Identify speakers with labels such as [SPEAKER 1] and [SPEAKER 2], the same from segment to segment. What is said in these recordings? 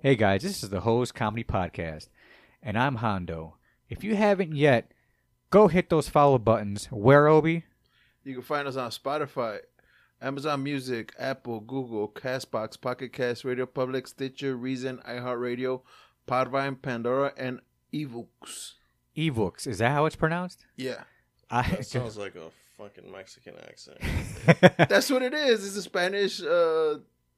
[SPEAKER 1] Hey guys, this is the Hose Comedy Podcast, and I'm Hondo. If you haven't yet, go hit those follow buttons. Where Obi?
[SPEAKER 2] You can find us on Spotify, Amazon Music, Apple, Google, Castbox, Pocket Cast, Radio Public, Stitcher, Reason, iHeartRadio, Podvine, Pandora, and Evooks.
[SPEAKER 1] Evooks. Is that how it's pronounced?
[SPEAKER 2] Yeah.
[SPEAKER 1] I,
[SPEAKER 3] That sounds like a fucking Mexican accent.
[SPEAKER 2] That's what it is. It's a Spanish uh,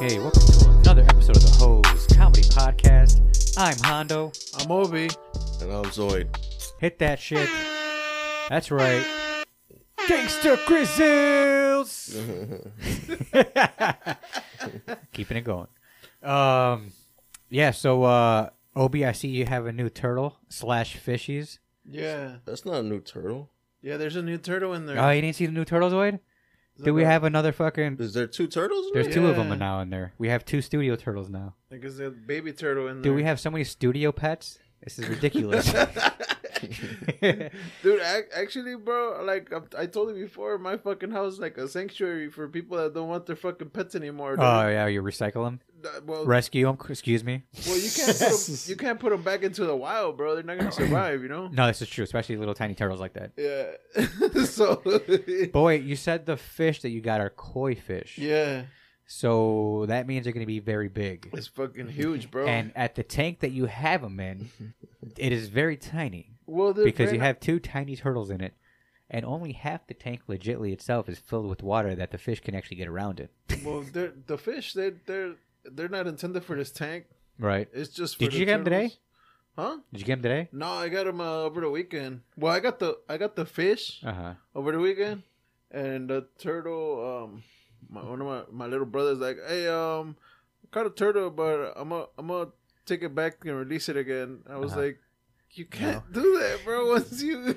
[SPEAKER 1] Hey, welcome to another episode of the Hose Comedy Podcast. I'm Hondo.
[SPEAKER 2] I'm Obi.
[SPEAKER 3] And I'm Zoid.
[SPEAKER 1] Hit that shit. That's right. Gangster Grizzles! Keeping it going. Um, yeah, so, uh, Obi, I see you have a new turtle slash fishies.
[SPEAKER 2] Yeah.
[SPEAKER 3] That's not a new turtle.
[SPEAKER 2] Yeah, there's a new turtle in there.
[SPEAKER 1] Oh, you didn't see the new turtles, Lloyd? Do we have another fucking.
[SPEAKER 3] Is there two turtles? in
[SPEAKER 1] There's
[SPEAKER 3] there?
[SPEAKER 1] two of
[SPEAKER 2] Yeah.
[SPEAKER 1] them now in there. We have two studio turtles now.
[SPEAKER 2] I guess there's a baby turtle in there.
[SPEAKER 1] Do we have so many studio pets? This is ridiculous.
[SPEAKER 2] Dude, ac- actually, bro, like I-, I told you before, my fucking house is like a sanctuary for people that don't want their fucking pets anymore.
[SPEAKER 1] Oh yeah, you recycle them,
[SPEAKER 2] dude. Uh, well,
[SPEAKER 1] rescue them. Excuse me.
[SPEAKER 2] Well, you can't put 'em- you can't put them back into the wild, bro. They're not gonna survive, you know.
[SPEAKER 1] No, this is true, especially little tiny turtles like that.
[SPEAKER 2] Yeah. so.
[SPEAKER 1] Boy, you said the fish that you got are koi fish.
[SPEAKER 2] yeah,
[SPEAKER 1] So that means they're going to be very big.
[SPEAKER 2] it's fucking huge, bro.
[SPEAKER 1] And at the tank that you have them in, it is very tiny
[SPEAKER 2] well, they're
[SPEAKER 1] because
[SPEAKER 2] very-
[SPEAKER 1] you have two tiny turtles in it, and only half the tank legitly itself is filled with water that the fish can actually get around in.
[SPEAKER 2] well, they're, the fish they they're they're not intended for this tank.
[SPEAKER 1] Right?
[SPEAKER 2] It's just. For
[SPEAKER 1] Did
[SPEAKER 2] the
[SPEAKER 1] you get 'em
[SPEAKER 2] turtles.
[SPEAKER 1] today?
[SPEAKER 2] Huh?
[SPEAKER 1] Did you get them today?
[SPEAKER 2] No, I got them uh, over the weekend. Well, I got the I got the fish
[SPEAKER 1] Uh huh.
[SPEAKER 2] over the weekend, and the turtle. Um, my, one of my my little brothers like, hey, um, I caught a turtle, but I'm a I'm gonna take it back and release it again. I was
[SPEAKER 1] Uh-huh.
[SPEAKER 2] like, you can't do that, bro. Once you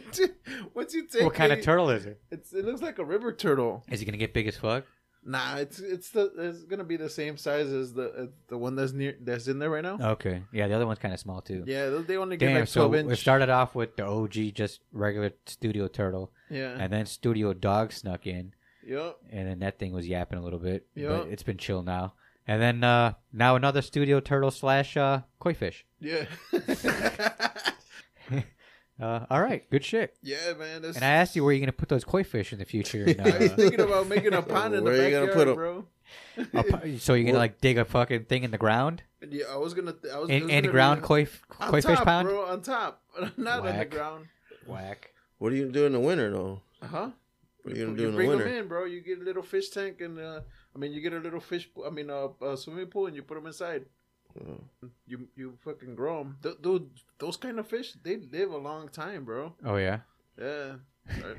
[SPEAKER 2] once you take
[SPEAKER 1] What kind of
[SPEAKER 2] it-
[SPEAKER 1] turtle is it?
[SPEAKER 2] It's, it looks like a river turtle.
[SPEAKER 1] Is it going to get big as fuck?
[SPEAKER 2] Nah, it's it's the it's gonna be the same size as the uh, the one that's near that's in there right now.
[SPEAKER 1] Okay. Oh, Yeah, the other one's kind of small too.
[SPEAKER 2] Yeah, they- they only get
[SPEAKER 1] Damn,
[SPEAKER 2] like
[SPEAKER 1] so
[SPEAKER 2] twelve
[SPEAKER 1] it
[SPEAKER 2] inch.
[SPEAKER 1] started off with the OG, just regular studio turtle,
[SPEAKER 2] yeah,
[SPEAKER 1] and then studio dog snuck in,
[SPEAKER 2] yep.
[SPEAKER 1] and then that thing was yapping a little bit.
[SPEAKER 2] Yeah.
[SPEAKER 1] But it's been chill now. And then uh, now another studio turtle slash uh, koi fish.
[SPEAKER 2] Yeah.
[SPEAKER 1] Uh, all right, good shit.
[SPEAKER 2] yeah, man. That's,
[SPEAKER 1] And I asked you where you're gonna put those koi fish in the future. and,
[SPEAKER 2] I was
[SPEAKER 1] uh,
[SPEAKER 2] thinking about making a pond in the
[SPEAKER 3] Where you gonna
[SPEAKER 2] backyard,
[SPEAKER 3] put 'em?
[SPEAKER 2] bro.
[SPEAKER 1] a pu- so you're gonna like dig a fucking thing in the ground,
[SPEAKER 2] Yeah, I was gonna. Th- I was it
[SPEAKER 1] in,
[SPEAKER 2] was
[SPEAKER 1] in
[SPEAKER 2] gonna
[SPEAKER 1] ground
[SPEAKER 2] be-
[SPEAKER 1] koi f-
[SPEAKER 2] on
[SPEAKER 1] koi fish
[SPEAKER 2] top,
[SPEAKER 1] pond.
[SPEAKER 2] bro, on top, not on the
[SPEAKER 1] Whack.
[SPEAKER 2] ground.
[SPEAKER 1] Whack.
[SPEAKER 3] What are you doing in the winter though?
[SPEAKER 2] Huh?
[SPEAKER 3] What are you gonna do
[SPEAKER 2] You
[SPEAKER 3] in the
[SPEAKER 2] bring them
[SPEAKER 3] winter?
[SPEAKER 2] in, bro. You get a little fish tank, and uh, I mean, you get a little fish. pool- I mean, a uh, uh, swimming pool, and you put them inside. You you fucking grow them. Th- dude, those kind of fish, they live a long time, bro.
[SPEAKER 1] Oh yeah,
[SPEAKER 2] Yeah,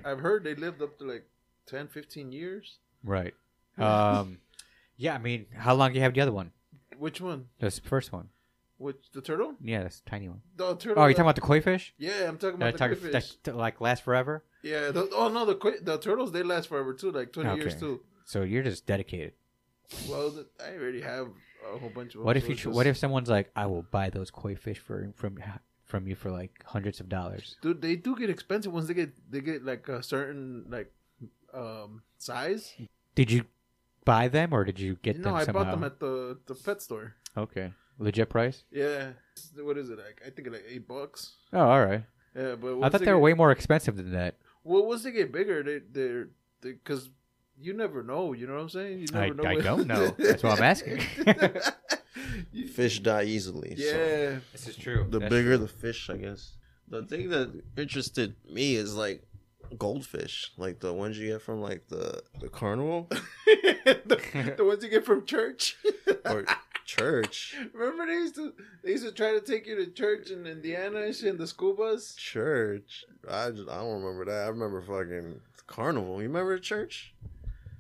[SPEAKER 2] I, I've heard they lived up to like 10, 15 years.
[SPEAKER 1] right. Um, yeah, I mean, how long do you have the other one?
[SPEAKER 2] Which one?
[SPEAKER 1] That's the first one.
[SPEAKER 2] Which the turtle?
[SPEAKER 1] Yeah, that's the tiny one.
[SPEAKER 2] The turtle.
[SPEAKER 1] Oh, you're
[SPEAKER 2] that-
[SPEAKER 1] talking about the koi fish?
[SPEAKER 2] Yeah, I'm talking
[SPEAKER 1] That,
[SPEAKER 2] about the
[SPEAKER 1] tar-
[SPEAKER 2] fish.
[SPEAKER 1] that t- like last forever.
[SPEAKER 2] Yeah. The, oh no, the qui- the turtles they last forever too, like twenty years
[SPEAKER 1] Okay.
[SPEAKER 2] too.
[SPEAKER 1] So you're just dedicated.
[SPEAKER 2] Well, th- I already have a whole bunch of.
[SPEAKER 1] What
[SPEAKER 2] them,
[SPEAKER 1] if
[SPEAKER 2] so
[SPEAKER 1] you?
[SPEAKER 2] it's
[SPEAKER 1] Tr- what if
[SPEAKER 2] just-
[SPEAKER 1] someone's like, I will buy those koi fish for from from you for like hundreds of dollars.
[SPEAKER 2] Dude, they do get expensive once they get they get like a certain like um size.
[SPEAKER 1] Did you buy them or did you get
[SPEAKER 2] no,
[SPEAKER 1] them
[SPEAKER 2] I
[SPEAKER 1] somehow?
[SPEAKER 2] bought them at the the pet store.
[SPEAKER 1] okay, legit price.
[SPEAKER 2] Yeah. What is it like? I think like eight bucks.
[SPEAKER 1] Oh, all right.
[SPEAKER 2] Yeah, but
[SPEAKER 1] I
[SPEAKER 2] once
[SPEAKER 1] thought they were
[SPEAKER 2] get-
[SPEAKER 1] way more expensive than that.
[SPEAKER 2] Well, once they get bigger, they they're because you never know. You know what I'm saying? You never
[SPEAKER 1] I, I
[SPEAKER 2] what-
[SPEAKER 1] don't know. That's what I'm asking.
[SPEAKER 2] You-
[SPEAKER 3] Uh, Fish die easily. so
[SPEAKER 2] yeah.
[SPEAKER 1] this is true.
[SPEAKER 3] The bigger the fish, I guess. The thing that interested me is like goldfish, like the ones you get from like the the carnival
[SPEAKER 2] the, the ones you get from church.
[SPEAKER 3] or church.
[SPEAKER 2] Remember they used to they used to try to take you to church in Indiana and shit in the school bus.
[SPEAKER 3] Church. I just, I don't remember that. I remember fucking carnival. You remember church?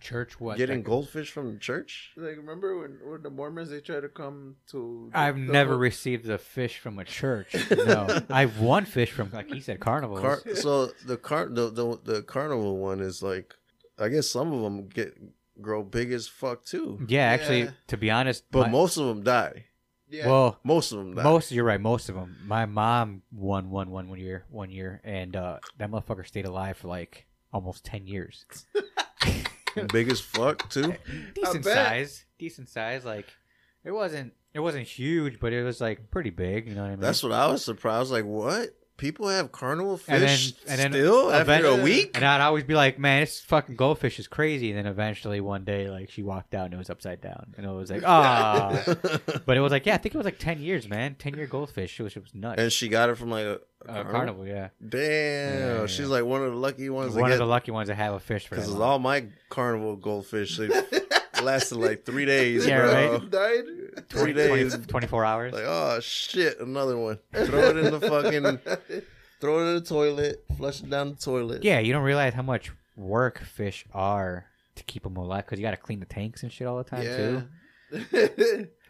[SPEAKER 1] Church what?
[SPEAKER 3] Getting
[SPEAKER 1] Like-
[SPEAKER 3] goldfish from the church?
[SPEAKER 2] Like remember when, when the Mormons they try to come to? the-
[SPEAKER 1] I've
[SPEAKER 2] the
[SPEAKER 1] never
[SPEAKER 2] whole-
[SPEAKER 1] received a fish from a church. No, I've won fish from, like he said, carnivals.
[SPEAKER 3] Car- so the car the, the the carnival one is like, I guess some of them get grow big as fuck too,
[SPEAKER 1] yeah, actually,
[SPEAKER 2] Yeah.
[SPEAKER 1] to be honest,
[SPEAKER 3] but
[SPEAKER 1] my-
[SPEAKER 3] most of them die.
[SPEAKER 2] yeah.
[SPEAKER 1] well,
[SPEAKER 3] Most of them die.
[SPEAKER 1] most you're right, most of them. My mom won one one one year, one year, and uh, that motherfucker stayed alive for like almost ten years.
[SPEAKER 3] big as fuck too.
[SPEAKER 1] decent
[SPEAKER 2] bet.
[SPEAKER 1] size, decent size. Like it wasn't, it wasn't huge, but it was like pretty big. You know what I mean?
[SPEAKER 3] That's what I was surprised. Like, what? People have carnival
[SPEAKER 1] And then-
[SPEAKER 3] fish
[SPEAKER 1] and then
[SPEAKER 3] still after
[SPEAKER 1] eventually-
[SPEAKER 3] a week?
[SPEAKER 1] And I'd always be like, man, this fucking goldfish is crazy. And then eventually one day, like, she walked out and it was upside down. And it was like, ah. but it was like, yeah, I think it was like 10 years, man. 10 year goldfish. It was, it was nuts.
[SPEAKER 3] and she got it from like a, a
[SPEAKER 1] Uh,
[SPEAKER 3] carnival?
[SPEAKER 1] carnival? yeah.
[SPEAKER 3] Damn,
[SPEAKER 1] Yeah, yeah.
[SPEAKER 3] she's like one of the lucky ones
[SPEAKER 1] One
[SPEAKER 3] to
[SPEAKER 1] of the
[SPEAKER 3] get
[SPEAKER 1] lucky ones that have a fish for that
[SPEAKER 3] because
[SPEAKER 1] long.
[SPEAKER 3] all my carnival goldfish they lasted like three days,
[SPEAKER 1] Yeah,
[SPEAKER 3] bro.
[SPEAKER 1] right?
[SPEAKER 2] died.
[SPEAKER 1] 20
[SPEAKER 3] Three days.
[SPEAKER 1] 20 24 hours.
[SPEAKER 3] Like, oh shit, another one. Throw it in the fucking, throw it in the toilet, flush it down the toilet.
[SPEAKER 1] yeah, you don't realize how much work fish are to keep them alive because you got to clean the tanks and shit all the time,
[SPEAKER 2] yeah.
[SPEAKER 1] too.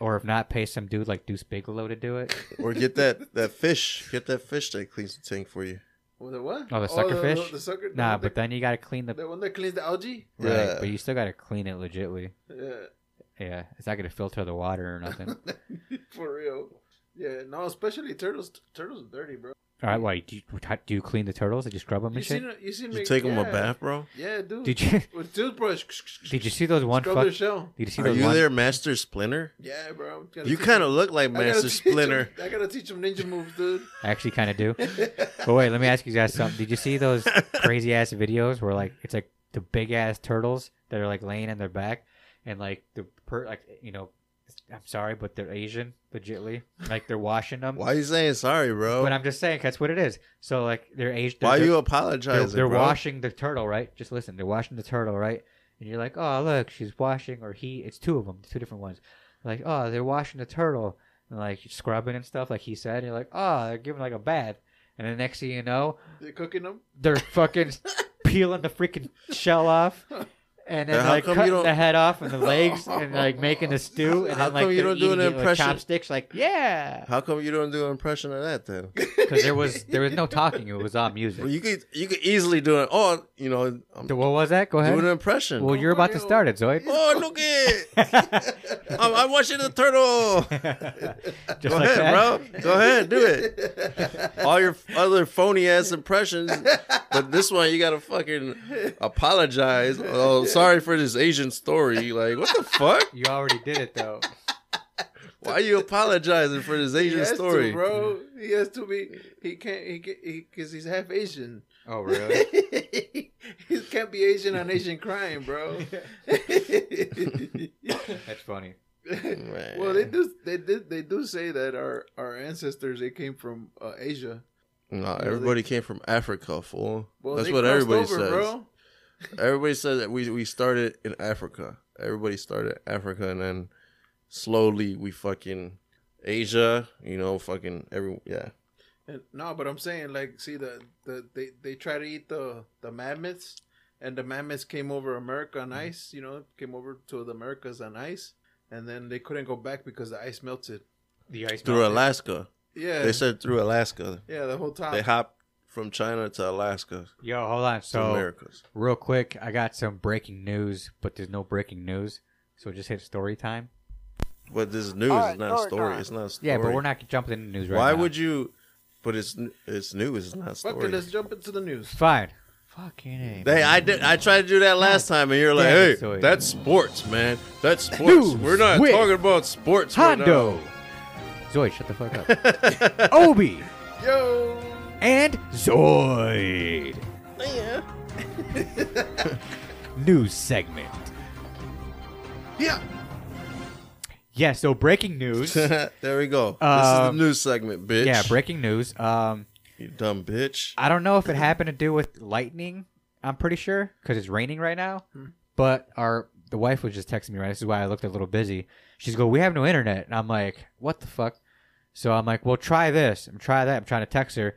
[SPEAKER 1] Or if not, pay some dude like Deuce Bigelow to do it.
[SPEAKER 3] Or get that that fish, get that fish that cleans the tank for you.
[SPEAKER 2] Well, the what?
[SPEAKER 1] Oh, the sucker
[SPEAKER 2] the,
[SPEAKER 1] fish?
[SPEAKER 2] The sucker. the
[SPEAKER 1] nah,
[SPEAKER 2] one
[SPEAKER 1] but
[SPEAKER 2] that,
[SPEAKER 1] then you got to clean the.
[SPEAKER 2] the one that cleans the algae.
[SPEAKER 1] Right,
[SPEAKER 3] Yeah.
[SPEAKER 1] but you still got to clean it legitly.
[SPEAKER 2] Yeah.
[SPEAKER 1] Yeah, it's not gonna filter the water or nothing. All
[SPEAKER 2] For real. Yeah, no, especially turtles. Turtles are dirty, bro.
[SPEAKER 1] right, wait. Do you, do you clean the turtles? Did you scrub them
[SPEAKER 2] You
[SPEAKER 1] and shit?
[SPEAKER 2] seen? You seen?
[SPEAKER 3] You
[SPEAKER 2] me-
[SPEAKER 3] take them
[SPEAKER 2] yeah.
[SPEAKER 3] a bath, bro.
[SPEAKER 2] Yeah, dude.
[SPEAKER 1] Did you
[SPEAKER 2] With toothbrush.
[SPEAKER 1] did you see those one
[SPEAKER 2] Scrub
[SPEAKER 1] fuck?
[SPEAKER 2] their
[SPEAKER 1] Did
[SPEAKER 2] shell.
[SPEAKER 1] you see
[SPEAKER 3] Are
[SPEAKER 1] those
[SPEAKER 3] you
[SPEAKER 1] one?
[SPEAKER 3] there, Master Splinter?
[SPEAKER 2] Yeah, bro. I'm gonna
[SPEAKER 3] You
[SPEAKER 2] teach
[SPEAKER 3] kind of
[SPEAKER 2] him-
[SPEAKER 3] look like
[SPEAKER 2] I gotta
[SPEAKER 3] Master
[SPEAKER 2] teach him-
[SPEAKER 3] Splinter.
[SPEAKER 2] I gotta teach him ninja moves, dude.
[SPEAKER 1] I actually kind of do. but wait, let me ask you guys something. Did you see those crazy ass videos where like it's like the big ass turtles that are like laying on their back and like the per like you know I'm sorry, but they're Asian legitly. Like they're washing them.
[SPEAKER 3] Why you saying sorry, bro?
[SPEAKER 1] But I'm just saying 'cause that's what it is. So like they're Asian.
[SPEAKER 3] Why
[SPEAKER 1] they're-
[SPEAKER 3] you
[SPEAKER 1] they're,
[SPEAKER 3] apologizing?
[SPEAKER 1] they're
[SPEAKER 3] bro?
[SPEAKER 1] washing the turtle, right? Just listen, they're washing the turtle, right? And you're like, oh, look, she's washing, or he. It's two of them, two different ones. Like, oh, they're washing the turtle, and like scrubbing and stuff, like he said. And you're like, oh, they're giving like a bath, and the next thing you know,
[SPEAKER 2] They're cooking them.
[SPEAKER 1] they're fucking peeling the freaking shell off. And
[SPEAKER 3] Now,
[SPEAKER 1] then
[SPEAKER 3] how
[SPEAKER 1] like
[SPEAKER 3] come you
[SPEAKER 1] cutting
[SPEAKER 3] don't-
[SPEAKER 1] the head off and the legs and like making the stew and
[SPEAKER 3] How
[SPEAKER 1] then like
[SPEAKER 3] come you
[SPEAKER 1] they're
[SPEAKER 3] don't do an
[SPEAKER 1] eating it with
[SPEAKER 3] impression?
[SPEAKER 1] chopsticks like yeah
[SPEAKER 3] How come you don't do an impression of that then?
[SPEAKER 1] because there was there was no talking it was all music.
[SPEAKER 3] Well, you could you could easily do it. Oh, you know, I'm
[SPEAKER 1] So
[SPEAKER 3] doing
[SPEAKER 1] what was that? Go ahead.
[SPEAKER 3] an impression.
[SPEAKER 1] Well, you're about to start it, Zoid.
[SPEAKER 3] oh, look it! I'm, I'm watching the turtle.
[SPEAKER 1] Just
[SPEAKER 3] Go
[SPEAKER 1] like
[SPEAKER 3] ahead,
[SPEAKER 1] that.
[SPEAKER 3] bro. Go ahead, do it. All your other phony ass impressions, but this one you gotta fucking apologize. Oh, sorry for this Asian story. Like, what the fuck?
[SPEAKER 1] You already did it though.
[SPEAKER 3] Why are you apologizing for this
[SPEAKER 2] He
[SPEAKER 3] Asian
[SPEAKER 2] has
[SPEAKER 3] story?
[SPEAKER 2] to, bro. He has to be. He can't. He because he, 'cause he's half Asian.
[SPEAKER 1] Oh really?
[SPEAKER 2] he can't be Asian on Asian crime, bro.
[SPEAKER 1] That's funny.
[SPEAKER 3] Man.
[SPEAKER 2] well, they do. They did. They do say that our our ancestors they came from uh, Asia.
[SPEAKER 3] No, everybody came from Africa, fool.
[SPEAKER 2] Well,
[SPEAKER 3] That's
[SPEAKER 2] they
[SPEAKER 3] what
[SPEAKER 2] crossed
[SPEAKER 3] everybody
[SPEAKER 2] over,
[SPEAKER 3] says.
[SPEAKER 2] bro.
[SPEAKER 3] Everybody says that we we started in Africa. Everybody started in Africa, and then slowly we fucking Asia. You know, fucking every yeah.
[SPEAKER 2] And, no, but I'm saying like, see the, the they they try to eat the the mammoths, and the mammoths came over America
[SPEAKER 3] Mm-hmm.
[SPEAKER 2] on ice. You know, came over to the Americas on ice, and then they couldn't go back because the ice melted.
[SPEAKER 1] The ice
[SPEAKER 3] Through Alaska,
[SPEAKER 2] Yeah,
[SPEAKER 3] they said through Alaska.
[SPEAKER 2] yeah, the whole top.
[SPEAKER 3] They hopped from China to Alaska to
[SPEAKER 1] Yo, hold on. So
[SPEAKER 3] Americas.
[SPEAKER 1] real quick, I got some breaking news, but there's no breaking news, so just hit story time.
[SPEAKER 3] But this is news.
[SPEAKER 4] Alright,
[SPEAKER 3] it's not a story.
[SPEAKER 4] story.
[SPEAKER 3] It's not a story.
[SPEAKER 1] Yeah, but we're not jumping into news right
[SPEAKER 3] Why
[SPEAKER 1] now.
[SPEAKER 3] would you? But it's it's news. It's not a
[SPEAKER 2] Fuck
[SPEAKER 3] story.
[SPEAKER 2] it, let's jump into the news.
[SPEAKER 1] Fine. Fucking A,
[SPEAKER 3] They,
[SPEAKER 1] man.
[SPEAKER 3] I did. I tried to do that last time, and you're like,
[SPEAKER 1] damn
[SPEAKER 3] "Hey,
[SPEAKER 1] it, Zoe."
[SPEAKER 3] that's sports, man. That's sports.
[SPEAKER 1] News
[SPEAKER 3] We're not
[SPEAKER 1] with
[SPEAKER 3] talking about sports." right now."
[SPEAKER 1] Hondo. Zoid, shut the fuck up. Obi
[SPEAKER 2] Yo,
[SPEAKER 1] and Zoid.
[SPEAKER 3] Yeah.
[SPEAKER 1] News segment.
[SPEAKER 2] yeah,
[SPEAKER 1] Yeah, so breaking news.
[SPEAKER 3] there we go. this
[SPEAKER 1] Um,
[SPEAKER 3] is the news segment, bitch.
[SPEAKER 1] yeah, Uh, breaking news. Um
[SPEAKER 3] You dumb bitch.
[SPEAKER 1] I don't know if it happened to do with lightning. I'm pretty sure because it's raining right now.
[SPEAKER 3] Hmm.
[SPEAKER 1] But our the wife was just texting me right. This is why I looked a little busy. She's go, we have no internet, and I'm like, what the fuck? So I'm like, well, try this and try that. I'm trying to text her,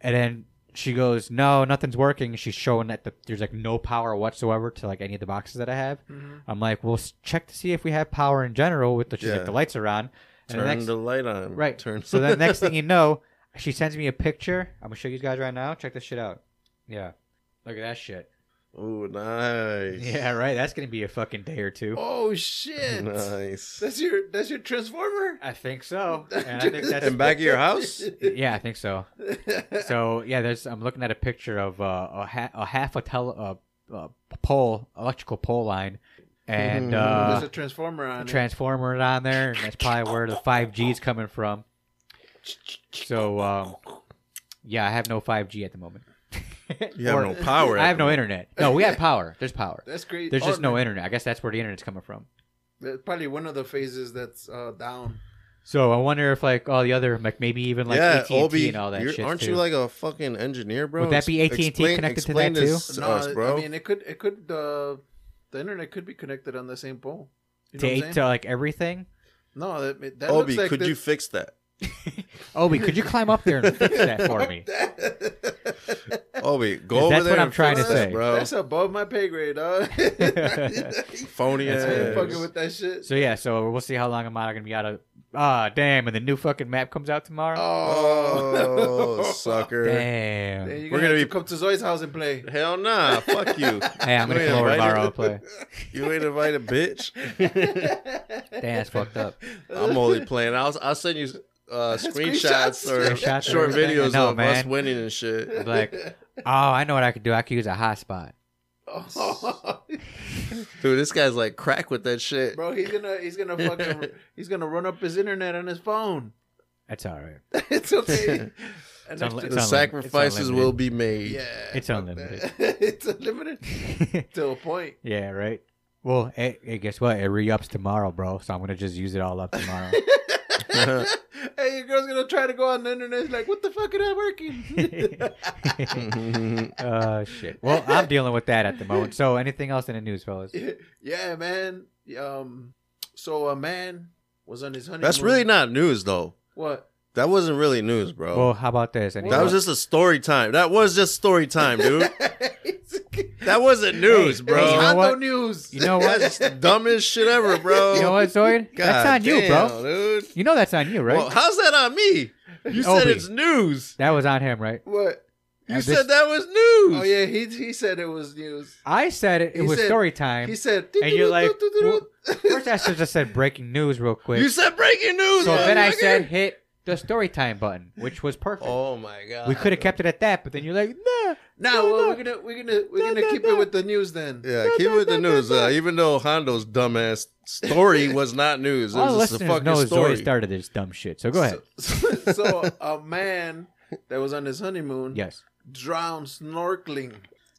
[SPEAKER 1] and then she goes, "No, nothing's working." She's showing that the, there's like no power whatsoever to like any of the boxes that I have.
[SPEAKER 3] Mm-hmm.
[SPEAKER 1] I'm like, "Well, s- check to see if we have power in general." With the she's
[SPEAKER 3] Yeah.
[SPEAKER 1] like, the lights are on. And
[SPEAKER 3] Turn
[SPEAKER 1] the next,
[SPEAKER 3] the light on.
[SPEAKER 1] right.
[SPEAKER 3] Turn.
[SPEAKER 1] So the next thing you know, she sends me a picture. I'm gonna show you guys right now. Check this shit out. Yeah, look at that shit.
[SPEAKER 3] Ooh, nice.
[SPEAKER 1] Yeah, right. That's gonna be a fucking day or two.
[SPEAKER 2] Oh shit!
[SPEAKER 3] Nice.
[SPEAKER 2] That's your that's your transformer.
[SPEAKER 1] I think so. And I think that's
[SPEAKER 3] And back of your house?
[SPEAKER 1] yeah, I think so. So yeah, there's. I'm looking at a picture of uh, a, ha- a half a tele uh, uh, pole, electrical pole line, and
[SPEAKER 3] Mhm.
[SPEAKER 2] There's
[SPEAKER 1] uh,
[SPEAKER 2] a transformer on it.
[SPEAKER 1] transformer on there, and that's probably where the five G is coming from. So um, yeah, I have no five G at the moment.
[SPEAKER 3] You have
[SPEAKER 1] Or-
[SPEAKER 3] no power.
[SPEAKER 1] I have no internet. No, we have power. There's power.
[SPEAKER 2] That's great.
[SPEAKER 1] There's
[SPEAKER 2] Oh,
[SPEAKER 1] just no internet. I guess that's where the internet's coming from.
[SPEAKER 2] that's Probably one of the phases that's uh, down.
[SPEAKER 1] So I wonder if like all the other like maybe even like
[SPEAKER 3] yeah,
[SPEAKER 1] AT&T
[SPEAKER 3] Obi,
[SPEAKER 1] and all that
[SPEAKER 3] you're-
[SPEAKER 1] shit.
[SPEAKER 3] aren't
[SPEAKER 1] too.
[SPEAKER 3] you like a fucking engineer, bro?
[SPEAKER 1] Would that be
[SPEAKER 3] Ex-
[SPEAKER 1] AT&T
[SPEAKER 3] explain-
[SPEAKER 1] connected to
[SPEAKER 3] explain
[SPEAKER 1] that,
[SPEAKER 3] this
[SPEAKER 2] No,
[SPEAKER 3] us, bro.
[SPEAKER 2] I mean it could it could uh, the internet could be connected on the same pole. You know what I'm
[SPEAKER 1] to,
[SPEAKER 2] saying?
[SPEAKER 1] to like everything?
[SPEAKER 2] no, that, that
[SPEAKER 3] Obi,
[SPEAKER 2] looks like
[SPEAKER 3] could
[SPEAKER 2] the-
[SPEAKER 3] you fix that?
[SPEAKER 1] Obi, could you climb up there and fix that for me?
[SPEAKER 3] Obi, go
[SPEAKER 1] Is
[SPEAKER 3] over
[SPEAKER 1] that's
[SPEAKER 3] there
[SPEAKER 1] what I'm
[SPEAKER 3] and
[SPEAKER 1] trying
[SPEAKER 3] fix
[SPEAKER 1] to
[SPEAKER 3] that,
[SPEAKER 1] say.
[SPEAKER 3] bro.
[SPEAKER 2] That's above my pay grade, dog.
[SPEAKER 3] Phony
[SPEAKER 1] That's
[SPEAKER 2] I ain't
[SPEAKER 1] Yes.
[SPEAKER 2] fucking
[SPEAKER 3] ass.
[SPEAKER 2] with that shit.
[SPEAKER 1] So yeah, so we'll see how long I'm out gonna be out of. Ah, damn! And the new fucking map comes out tomorrow.
[SPEAKER 3] Oh, sucker.
[SPEAKER 1] damn!
[SPEAKER 2] Then you're gonna,
[SPEAKER 3] We're gonna
[SPEAKER 2] have
[SPEAKER 3] be-
[SPEAKER 2] to come to Zoe's house and play.
[SPEAKER 3] Hell nah, fuck you.
[SPEAKER 1] Hey, I'm gonna
[SPEAKER 3] Wait,
[SPEAKER 1] come over
[SPEAKER 3] right?
[SPEAKER 1] tomorrow and play.
[SPEAKER 3] You ain't invited, bitch.
[SPEAKER 1] Damn, that's fucked up.
[SPEAKER 3] I'm only playing. I'll I'll send you uh, screenshots,
[SPEAKER 2] Screenshots.
[SPEAKER 3] or
[SPEAKER 1] Screenshots or
[SPEAKER 3] short
[SPEAKER 1] everything.
[SPEAKER 3] videos
[SPEAKER 1] No,
[SPEAKER 3] of us
[SPEAKER 1] man.
[SPEAKER 3] winning and shit.
[SPEAKER 1] Like, oh, I know what I could do. I could use a hotspot.
[SPEAKER 2] Oh.
[SPEAKER 3] Dude, this guy's like crack with that shit.
[SPEAKER 2] Bro, he's gonna he's gonna fucking he's gonna run up his internet on his phone.
[SPEAKER 1] That's all right.
[SPEAKER 2] it's okay. An
[SPEAKER 1] It's unli-
[SPEAKER 2] extra-
[SPEAKER 1] it's
[SPEAKER 3] the
[SPEAKER 1] unlim- it's
[SPEAKER 3] sacrifices
[SPEAKER 1] unlimited.
[SPEAKER 3] will be made.
[SPEAKER 2] yeah,
[SPEAKER 1] It's
[SPEAKER 2] fuck
[SPEAKER 1] unlimited.
[SPEAKER 2] that. it's unlimited to a point.
[SPEAKER 1] yeah, right. Well, hey, hey, guess what? It re-ups tomorrow, bro. So I'm gonna just use it all up tomorrow.
[SPEAKER 2] hey, your girl's gonna try to go on the internet. She's like, what the fuck is not working?
[SPEAKER 1] Oh shit. Well, I'm dealing with that at the moment. So anything else in the news, fellas?
[SPEAKER 2] yeah, man. Um, so a man was on his honeymoon.
[SPEAKER 3] That's really not news though.
[SPEAKER 2] what.
[SPEAKER 3] That wasn't really news, bro.
[SPEAKER 1] Well, how about this? Anything
[SPEAKER 3] Oh. that was
[SPEAKER 1] else?
[SPEAKER 3] just a story time. That was just story time, dude. that wasn't news,
[SPEAKER 1] Hey, hey,
[SPEAKER 3] bro.
[SPEAKER 1] you know
[SPEAKER 2] Hondo
[SPEAKER 1] what?
[SPEAKER 2] news.
[SPEAKER 1] You know
[SPEAKER 3] That's
[SPEAKER 1] what?
[SPEAKER 3] the dumbest shit ever, bro.
[SPEAKER 1] You know what, Zoid?
[SPEAKER 3] God
[SPEAKER 1] That's on you, bro.
[SPEAKER 3] damn, Dude.
[SPEAKER 1] You know that's on you, right?
[SPEAKER 3] Well, how's that on me? You said
[SPEAKER 1] Obi.
[SPEAKER 3] it's news.
[SPEAKER 1] that was on him, right?
[SPEAKER 2] what?
[SPEAKER 3] You
[SPEAKER 1] And this-
[SPEAKER 3] said that was news.
[SPEAKER 2] Oh yeah, he he said it was news.
[SPEAKER 1] I said it. It
[SPEAKER 2] He
[SPEAKER 1] was
[SPEAKER 2] said-
[SPEAKER 1] story time.
[SPEAKER 2] He said,
[SPEAKER 1] And you're like,
[SPEAKER 2] "Do-do-do-do-do-do-do."
[SPEAKER 1] First, I should have said breaking news real quick.
[SPEAKER 3] You said breaking news.
[SPEAKER 1] so then I
[SPEAKER 3] motherfucker.
[SPEAKER 1] said hit the story time button, which was perfect.
[SPEAKER 3] "Oh my god."
[SPEAKER 1] we could have kept it at that, but then you're like, nah.
[SPEAKER 2] Nah, well, we're gonna we're gonna we're gonna keep it with the news then.
[SPEAKER 3] Yeah, keep it with the news. Uh, even though Hondo's dumbass story was not news, it
[SPEAKER 1] All the
[SPEAKER 3] was just a
[SPEAKER 1] listeners
[SPEAKER 3] fucking
[SPEAKER 1] know
[SPEAKER 3] story.
[SPEAKER 1] Zoid started this dumb shit. So go ahead.
[SPEAKER 2] So, so a man that was on his honeymoon
[SPEAKER 1] yes.
[SPEAKER 2] drowned snorkeling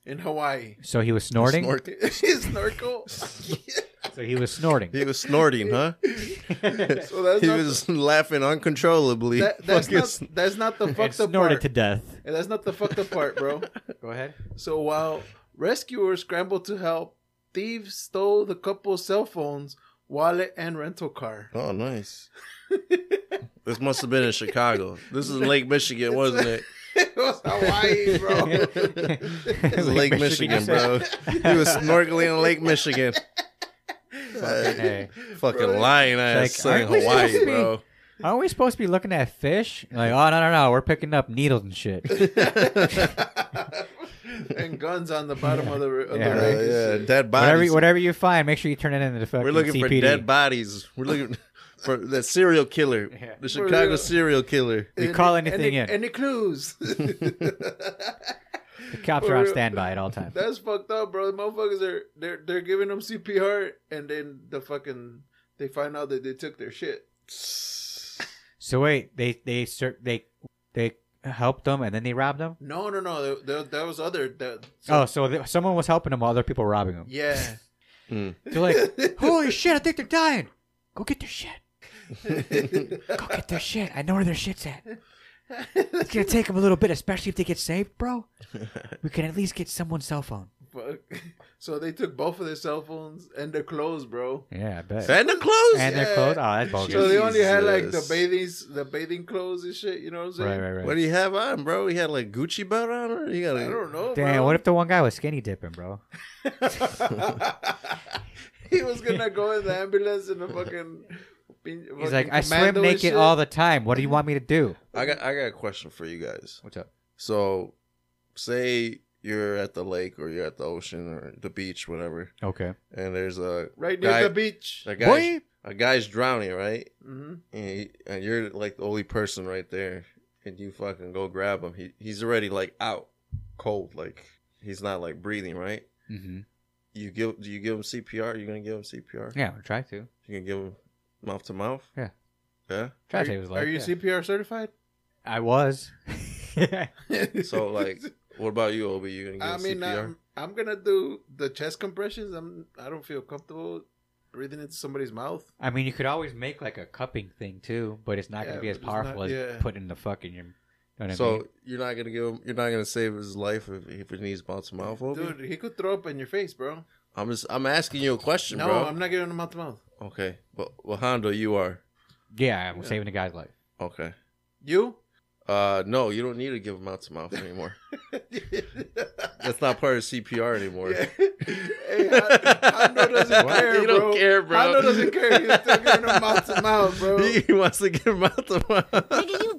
[SPEAKER 2] in Hawaii.
[SPEAKER 1] So he was snorting.
[SPEAKER 3] Snort-
[SPEAKER 2] Snorkel.
[SPEAKER 1] so he was snorting.
[SPEAKER 3] he was snorting, huh?
[SPEAKER 2] so that's
[SPEAKER 3] he
[SPEAKER 2] not,
[SPEAKER 3] was laughing uncontrollably.
[SPEAKER 2] that, that's
[SPEAKER 3] Fucking
[SPEAKER 2] not that's not the
[SPEAKER 1] and
[SPEAKER 2] fucked up
[SPEAKER 1] snorted
[SPEAKER 2] part.
[SPEAKER 1] to death.
[SPEAKER 2] And that's not the fucked up part, bro.
[SPEAKER 1] Go ahead.
[SPEAKER 2] So while rescuers scrambled to help, thieves stole the couple's cell phones, wallet, and rental car.
[SPEAKER 3] Oh, nice. this must have been in Chicago. This is Lake Michigan, wasn't it?
[SPEAKER 2] it was Hawaii, bro.
[SPEAKER 3] This is Lake Michigan, bro. He was snorkeling in Lake Michigan.
[SPEAKER 1] Hey.
[SPEAKER 3] Fucking lying ass
[SPEAKER 1] Like,
[SPEAKER 3] son in
[SPEAKER 1] aren't we supposed
[SPEAKER 3] Hawaii,
[SPEAKER 1] to be-
[SPEAKER 3] bro.
[SPEAKER 1] Aren't we supposed to be looking at fish? Like, oh no, no, no, we're picking up needles and shit.
[SPEAKER 2] and guns on the bottom of the of
[SPEAKER 1] Yeah,
[SPEAKER 2] the
[SPEAKER 3] Uh,
[SPEAKER 2] rig.
[SPEAKER 1] right.
[SPEAKER 3] yeah, dead
[SPEAKER 1] whatever,
[SPEAKER 3] bodies.
[SPEAKER 1] whatever you find, make sure you turn it into the fucking
[SPEAKER 3] We're looking for
[SPEAKER 1] CPD.
[SPEAKER 3] dead bodies. We're looking for that serial killer,
[SPEAKER 1] Yeah.
[SPEAKER 3] the
[SPEAKER 2] For
[SPEAKER 3] Chicago
[SPEAKER 2] real.
[SPEAKER 3] serial killer.
[SPEAKER 1] We call anything
[SPEAKER 2] any,
[SPEAKER 1] in.
[SPEAKER 2] Any clues?
[SPEAKER 1] The cops
[SPEAKER 2] for
[SPEAKER 1] are on
[SPEAKER 2] real.
[SPEAKER 1] standby at all times.
[SPEAKER 2] That's fucked up, bro. The motherfuckers are they're they're giving them CPR, and then the fucking they find out that they took their shit.
[SPEAKER 1] So wait, they they ser- they they helped them and then they robbed them.
[SPEAKER 2] No, no, no. There, there, there was other. There,
[SPEAKER 1] oh, so th- someone was helping them while other people were robbing them.
[SPEAKER 2] yeah.
[SPEAKER 1] They're like, holy shit, I think they're dying. Go get their shit. Go get their shit. I know where their shit's at. It's gonna take them a little bit, especially if they get saved, bro. We can at least get someone's cell phone.
[SPEAKER 2] Fuck. So they took both of their cell phones and their clothes, bro.
[SPEAKER 1] Yeah, I bet.
[SPEAKER 3] And the clothes.
[SPEAKER 1] and
[SPEAKER 2] yeah.
[SPEAKER 1] their clothes. Oh, that's bogus.
[SPEAKER 2] So they only had like the
[SPEAKER 3] Jesus.
[SPEAKER 2] bathing the bathing clothes and shit. You know what I'm saying?
[SPEAKER 1] right, right, right.
[SPEAKER 3] What do you have on, bro? He had like Gucci belt on, or he got
[SPEAKER 2] I
[SPEAKER 3] a
[SPEAKER 2] don't know.
[SPEAKER 1] Damn,
[SPEAKER 2] bro.
[SPEAKER 1] what if the one guy was skinny dipping, bro?
[SPEAKER 2] he was gonna go in the ambulance and the fucking.
[SPEAKER 1] He's like, I swim naked all the time. What do you
[SPEAKER 2] Mm-hmm.
[SPEAKER 1] want me to do?
[SPEAKER 3] I got I got a question for you guys.
[SPEAKER 1] What's up?
[SPEAKER 3] So, say you're at the lake or you're at the ocean or the beach, whatever,
[SPEAKER 1] Okay.
[SPEAKER 3] and there's a
[SPEAKER 2] right near
[SPEAKER 3] Guy-
[SPEAKER 2] the beach.
[SPEAKER 3] a guy
[SPEAKER 1] Boy.
[SPEAKER 3] a guy's drowning, right?
[SPEAKER 2] hmm
[SPEAKER 3] And, he, and you're like the only person right there, and you fucking go grab him. He he's already like out, cold, like he's not like breathing, right?
[SPEAKER 1] Mm-hmm.
[SPEAKER 3] You give do you give him CPR? You're gonna give him CPR?
[SPEAKER 1] Yeah, I'll try to.
[SPEAKER 3] You gonna give him mouth to mouth?
[SPEAKER 1] Yeah.
[SPEAKER 3] yeah.
[SPEAKER 1] Try
[SPEAKER 2] Are,
[SPEAKER 1] to save his
[SPEAKER 2] you-
[SPEAKER 1] life.
[SPEAKER 2] are you
[SPEAKER 1] yeah.
[SPEAKER 2] CPR certified?
[SPEAKER 1] I was.
[SPEAKER 3] So like, what about you, Obi? You gonna give
[SPEAKER 2] I
[SPEAKER 3] him
[SPEAKER 2] mean,
[SPEAKER 3] CPR?
[SPEAKER 2] I'm, I'm gonna do the chest compressions. I'm. I don't feel comfortable breathing into somebody's mouth.
[SPEAKER 1] I mean, you could always make like a cupping thing too, but it's not going
[SPEAKER 2] Yeah,
[SPEAKER 1] to be as
[SPEAKER 2] but it's not-
[SPEAKER 1] powerful as
[SPEAKER 2] yeah.
[SPEAKER 1] putting the fuck in your. You know what I mean?
[SPEAKER 3] so you're not gonna give him. You're not gonna save his life if, if it needs mouth to mouth, Obi.
[SPEAKER 2] Dude, he could throw up in your face, bro.
[SPEAKER 3] I'm just. I'm asking you a question,
[SPEAKER 2] No,
[SPEAKER 3] bro.
[SPEAKER 2] I'm not giving him mouth to mouth.
[SPEAKER 3] Okay, but well, Hondo, you are
[SPEAKER 1] Yeah, I'm
[SPEAKER 2] Yeah.
[SPEAKER 1] saving a guy's life.
[SPEAKER 3] okay.
[SPEAKER 2] You?
[SPEAKER 3] Uh, no, you don't need to give him mouth to mouth anymore. That's not part of CPR anymore.
[SPEAKER 2] Yeah. Hey, Hon- Hondo doesn't
[SPEAKER 3] What?
[SPEAKER 2] care,
[SPEAKER 3] He
[SPEAKER 2] bro.
[SPEAKER 3] don't care, bro.
[SPEAKER 2] Hondo doesn't care. He's still giving him mouth to mouth, bro.
[SPEAKER 3] he wants to give him mouth to mouth.
[SPEAKER 4] Nigga, you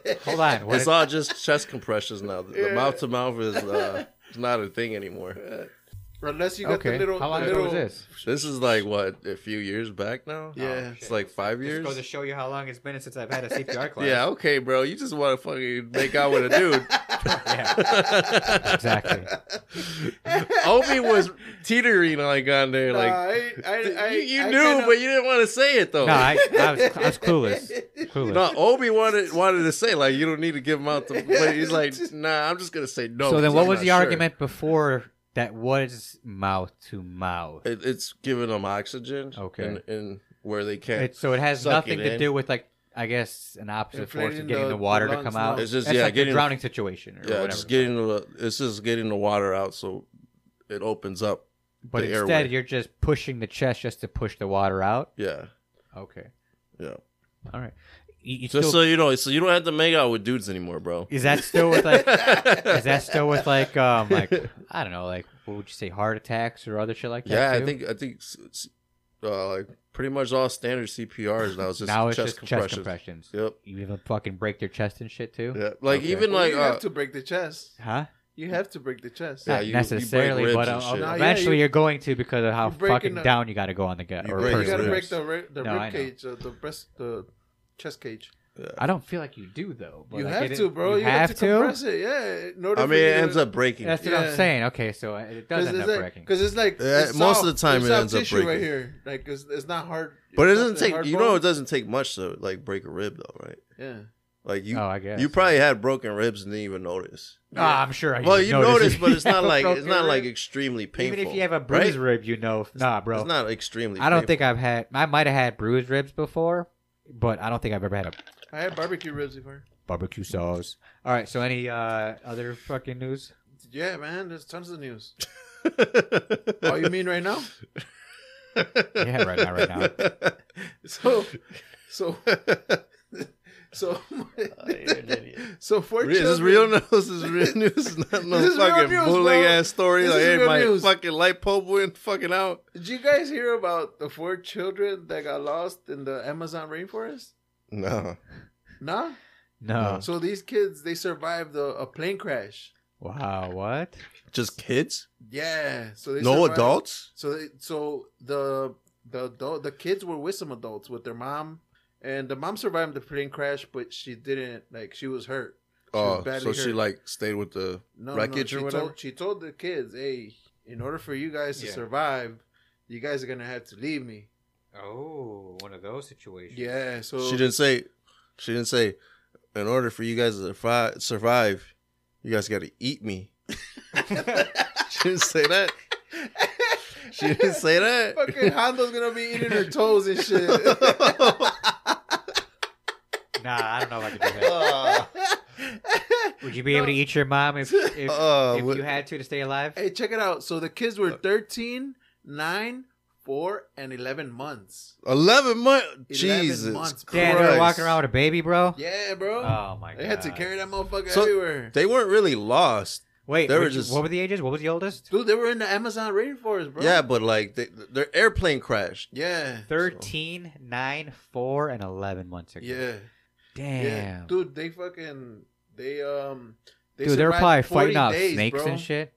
[SPEAKER 4] gay.
[SPEAKER 1] Hold on. What
[SPEAKER 3] It's all just chest compressions now. The
[SPEAKER 2] Yeah.
[SPEAKER 3] mouth to mouth is uh, is not a thing anymore.
[SPEAKER 2] Unless you got
[SPEAKER 1] okay.
[SPEAKER 2] the little.
[SPEAKER 1] How long
[SPEAKER 2] the
[SPEAKER 1] ago
[SPEAKER 2] little,
[SPEAKER 1] was this?
[SPEAKER 3] This is like what a few years back now. Oh,
[SPEAKER 2] Yeah.
[SPEAKER 3] it's like five
[SPEAKER 1] Just
[SPEAKER 3] years.
[SPEAKER 1] goes to show you how long it's been since I've had a CPR class.
[SPEAKER 3] Yeah, okay, bro. You just want to fucking make out with a dude.
[SPEAKER 1] yeah, exactly.
[SPEAKER 3] Obi was teetering like on there,
[SPEAKER 2] Nah,
[SPEAKER 3] like
[SPEAKER 2] I, I, I,
[SPEAKER 3] you, you
[SPEAKER 2] I
[SPEAKER 3] knew,
[SPEAKER 2] kinda-
[SPEAKER 3] but you didn't want to say it though.
[SPEAKER 1] No, I, I, was, I was clueless. Clueless.
[SPEAKER 3] No, Obi wanted wanted to say like you don't need to give him out the. But he's like, nah, I'm just gonna say no.
[SPEAKER 1] so then,
[SPEAKER 3] because
[SPEAKER 1] what
[SPEAKER 3] I'm
[SPEAKER 1] was
[SPEAKER 3] not
[SPEAKER 1] the
[SPEAKER 3] sure."
[SPEAKER 1] argument before that was mouth to mouth?
[SPEAKER 3] It, it's giving them oxygen.
[SPEAKER 1] Okay.
[SPEAKER 3] and, and where they can't.
[SPEAKER 1] It, so it has
[SPEAKER 3] Suck
[SPEAKER 1] nothing
[SPEAKER 3] it
[SPEAKER 1] to
[SPEAKER 3] in.
[SPEAKER 1] do with like I guess an opposite force
[SPEAKER 2] Inflating
[SPEAKER 1] and getting
[SPEAKER 2] the-
[SPEAKER 1] the, water
[SPEAKER 2] the
[SPEAKER 1] to come
[SPEAKER 2] lungs,
[SPEAKER 1] out.
[SPEAKER 2] no.
[SPEAKER 3] It's just
[SPEAKER 1] That's
[SPEAKER 3] yeah,
[SPEAKER 1] like
[SPEAKER 3] getting
[SPEAKER 1] a drowning situation or
[SPEAKER 3] yeah,
[SPEAKER 1] whatever.
[SPEAKER 3] just getting the. It's just getting the water out, so it opens up.
[SPEAKER 1] but
[SPEAKER 3] the
[SPEAKER 1] instead,
[SPEAKER 3] airway.
[SPEAKER 1] you're just pushing the chest just to push the water out.
[SPEAKER 3] Yeah,
[SPEAKER 1] Okay,
[SPEAKER 3] yeah.
[SPEAKER 1] all right. You, you
[SPEAKER 3] Just
[SPEAKER 1] still,
[SPEAKER 3] so you know, so you don't have to make out with dudes anymore, bro.
[SPEAKER 1] is that still with like? is that still with like um like I don't know like what would you say heart attacks or other shit like that?
[SPEAKER 3] Yeah, I
[SPEAKER 1] too?
[SPEAKER 3] think I think s- s- uh, like pretty much all standard CPRs now is just
[SPEAKER 1] now it's
[SPEAKER 3] chest
[SPEAKER 1] just
[SPEAKER 3] compressions.
[SPEAKER 1] chest compressions.
[SPEAKER 3] Yep.
[SPEAKER 1] You even fucking break their chest and shit too.
[SPEAKER 3] Yeah. Like
[SPEAKER 1] Okay.
[SPEAKER 3] even
[SPEAKER 2] Well,
[SPEAKER 3] like
[SPEAKER 2] you
[SPEAKER 3] uh,
[SPEAKER 2] have to break the chest.
[SPEAKER 1] Huh?
[SPEAKER 2] You have to break the chest.
[SPEAKER 3] Yeah,
[SPEAKER 1] Not
[SPEAKER 3] you- you break
[SPEAKER 1] necessarily,
[SPEAKER 3] ribs
[SPEAKER 1] but
[SPEAKER 3] and
[SPEAKER 1] uh,
[SPEAKER 3] shit.
[SPEAKER 2] Nah, yeah,
[SPEAKER 1] eventually
[SPEAKER 2] you-
[SPEAKER 1] you're going to because of how
[SPEAKER 2] you're breaking
[SPEAKER 1] fucking
[SPEAKER 2] the-
[SPEAKER 1] down you got to go on the guy
[SPEAKER 3] You
[SPEAKER 1] or a
[SPEAKER 3] break-
[SPEAKER 2] You
[SPEAKER 1] person.
[SPEAKER 2] gotta
[SPEAKER 3] Person's
[SPEAKER 2] break
[SPEAKER 3] ribs.
[SPEAKER 2] the ri- the
[SPEAKER 1] No, I
[SPEAKER 2] rib
[SPEAKER 1] know.
[SPEAKER 2] cage, uh, the breast, the chest cage.
[SPEAKER 1] I don't feel like you do though. but
[SPEAKER 2] You
[SPEAKER 1] I
[SPEAKER 2] have
[SPEAKER 1] get
[SPEAKER 2] to,
[SPEAKER 1] it.
[SPEAKER 2] bro.
[SPEAKER 1] You, have, to.
[SPEAKER 2] compress it. Yeah. In order
[SPEAKER 3] I
[SPEAKER 2] for
[SPEAKER 3] mean,
[SPEAKER 2] you
[SPEAKER 3] it
[SPEAKER 2] to-
[SPEAKER 3] ends up breaking.
[SPEAKER 1] That's what
[SPEAKER 2] Yeah.
[SPEAKER 1] I'm saying. Okay, so uh, it does end
[SPEAKER 2] it's
[SPEAKER 1] up
[SPEAKER 2] like,
[SPEAKER 1] breaking.
[SPEAKER 2] Cause it's like
[SPEAKER 3] Yeah,
[SPEAKER 2] it's
[SPEAKER 3] most
[SPEAKER 2] soft-
[SPEAKER 3] of the time
[SPEAKER 2] it's
[SPEAKER 3] it
[SPEAKER 2] soft
[SPEAKER 3] ends up
[SPEAKER 2] tissue right
[SPEAKER 3] breaking.
[SPEAKER 2] here. Like it's, it's not hard.
[SPEAKER 3] but it
[SPEAKER 2] it's
[SPEAKER 3] doesn't
[SPEAKER 2] nothing
[SPEAKER 3] take.
[SPEAKER 2] hard
[SPEAKER 3] You know, it
[SPEAKER 2] bone.
[SPEAKER 3] doesn't take much to like break a rib, though, right?
[SPEAKER 2] Yeah.
[SPEAKER 3] Like you,
[SPEAKER 1] oh, I guess.
[SPEAKER 3] you probably had broken ribs and didn't even notice.
[SPEAKER 1] Ah, I'm sure. I
[SPEAKER 3] Well,
[SPEAKER 1] would
[SPEAKER 3] you
[SPEAKER 1] notice
[SPEAKER 3] notice,
[SPEAKER 1] if
[SPEAKER 3] but
[SPEAKER 1] you
[SPEAKER 3] it's not
[SPEAKER 1] have a
[SPEAKER 3] like it's
[SPEAKER 1] broken
[SPEAKER 3] not like
[SPEAKER 1] rib.
[SPEAKER 3] extremely painful.
[SPEAKER 1] Even if you have a
[SPEAKER 3] right?
[SPEAKER 1] bruised rib, you know, nah, bro.
[SPEAKER 3] it's not extremely.
[SPEAKER 1] I don't
[SPEAKER 3] painful.
[SPEAKER 1] think I've had. I might have had bruised ribs before, but I don't think I've ever had a
[SPEAKER 2] I had barbecue ribs before.
[SPEAKER 1] barbecue sauce. All right. So any uh, other fucking news?
[SPEAKER 2] Yeah, man. There's tons of news. oh, you mean right now?
[SPEAKER 1] Yeah, right now, right now.
[SPEAKER 2] So, so, so,
[SPEAKER 1] Oh,
[SPEAKER 2] so. Four
[SPEAKER 3] Is this
[SPEAKER 2] children-
[SPEAKER 3] real news? This is real news. It's not no
[SPEAKER 2] This is real
[SPEAKER 3] fucking
[SPEAKER 2] news,
[SPEAKER 3] bootleg
[SPEAKER 2] bro.
[SPEAKER 3] ass story.
[SPEAKER 2] This
[SPEAKER 3] like,
[SPEAKER 2] is
[SPEAKER 3] hey,
[SPEAKER 2] real
[SPEAKER 3] my
[SPEAKER 2] news.
[SPEAKER 3] fucking light bulb went fucking out.
[SPEAKER 2] Did you guys hear about the four children that got lost in the Amazon rainforest?
[SPEAKER 3] No.
[SPEAKER 2] Nah.
[SPEAKER 1] No.
[SPEAKER 2] So these kids they survived a, a plane crash.
[SPEAKER 1] Wow. What?
[SPEAKER 3] Just kids?
[SPEAKER 2] Yeah. So they
[SPEAKER 3] No
[SPEAKER 2] survived-
[SPEAKER 3] adults?
[SPEAKER 2] So they, so the the adult, the kids were with some adults with their mom, and the mom survived the plane crash, but she didn't like she was hurt. She was
[SPEAKER 3] Oh, so
[SPEAKER 2] badly
[SPEAKER 3] she
[SPEAKER 2] hurt.
[SPEAKER 3] like stayed with the
[SPEAKER 2] no,
[SPEAKER 3] wreckage
[SPEAKER 2] no,
[SPEAKER 3] or
[SPEAKER 2] she
[SPEAKER 3] whatever?
[SPEAKER 2] Told, she told the kids, "Hey, in order for you guys to
[SPEAKER 1] Yeah.
[SPEAKER 2] survive, you guys are gonna have to leave me."
[SPEAKER 1] Oh, one of those situations.
[SPEAKER 2] Yeah. So
[SPEAKER 3] She didn't say. She didn't say. In order for you guys to fi- survive, you guys got to eat me. she didn't say that. She didn't say that.
[SPEAKER 2] Fucking Hondo's gonna be eating her toes and shit.
[SPEAKER 3] Uh,
[SPEAKER 1] Nah, I don't know if I can do that. Would you be able to
[SPEAKER 2] No.
[SPEAKER 1] eat your mom if if,
[SPEAKER 3] Uh,
[SPEAKER 1] if
[SPEAKER 3] what-
[SPEAKER 1] you had to to stay alive?
[SPEAKER 2] Hey, check it out. So the kids were 13, 9, 4, and 11 months.
[SPEAKER 3] 11 months.
[SPEAKER 2] 11
[SPEAKER 3] Jesus.
[SPEAKER 2] months.
[SPEAKER 1] Damn, they were
[SPEAKER 3] Christ.
[SPEAKER 1] walking around with a baby, bro.
[SPEAKER 2] Yeah, bro.
[SPEAKER 1] Oh my god.
[SPEAKER 2] they had to carry that motherfucker
[SPEAKER 3] So-
[SPEAKER 2] everywhere.
[SPEAKER 3] They weren't really lost.
[SPEAKER 1] Wait,
[SPEAKER 3] They were
[SPEAKER 1] which-
[SPEAKER 3] just-
[SPEAKER 1] what were the ages? What was the oldest?
[SPEAKER 2] Dude, they were in the Amazon rainforest, bro.
[SPEAKER 3] Yeah, but like they, their airplane crashed.
[SPEAKER 2] Yeah.
[SPEAKER 1] 13, 9, 4, and 11 months ago.
[SPEAKER 2] Yeah.
[SPEAKER 1] Damn.
[SPEAKER 2] Yeah. Dude, they fucking they um they
[SPEAKER 1] Dude, they're
[SPEAKER 2] survived
[SPEAKER 1] probably
[SPEAKER 2] 40
[SPEAKER 1] fighting off
[SPEAKER 2] days,
[SPEAKER 1] snakes
[SPEAKER 2] bro.
[SPEAKER 1] and shit.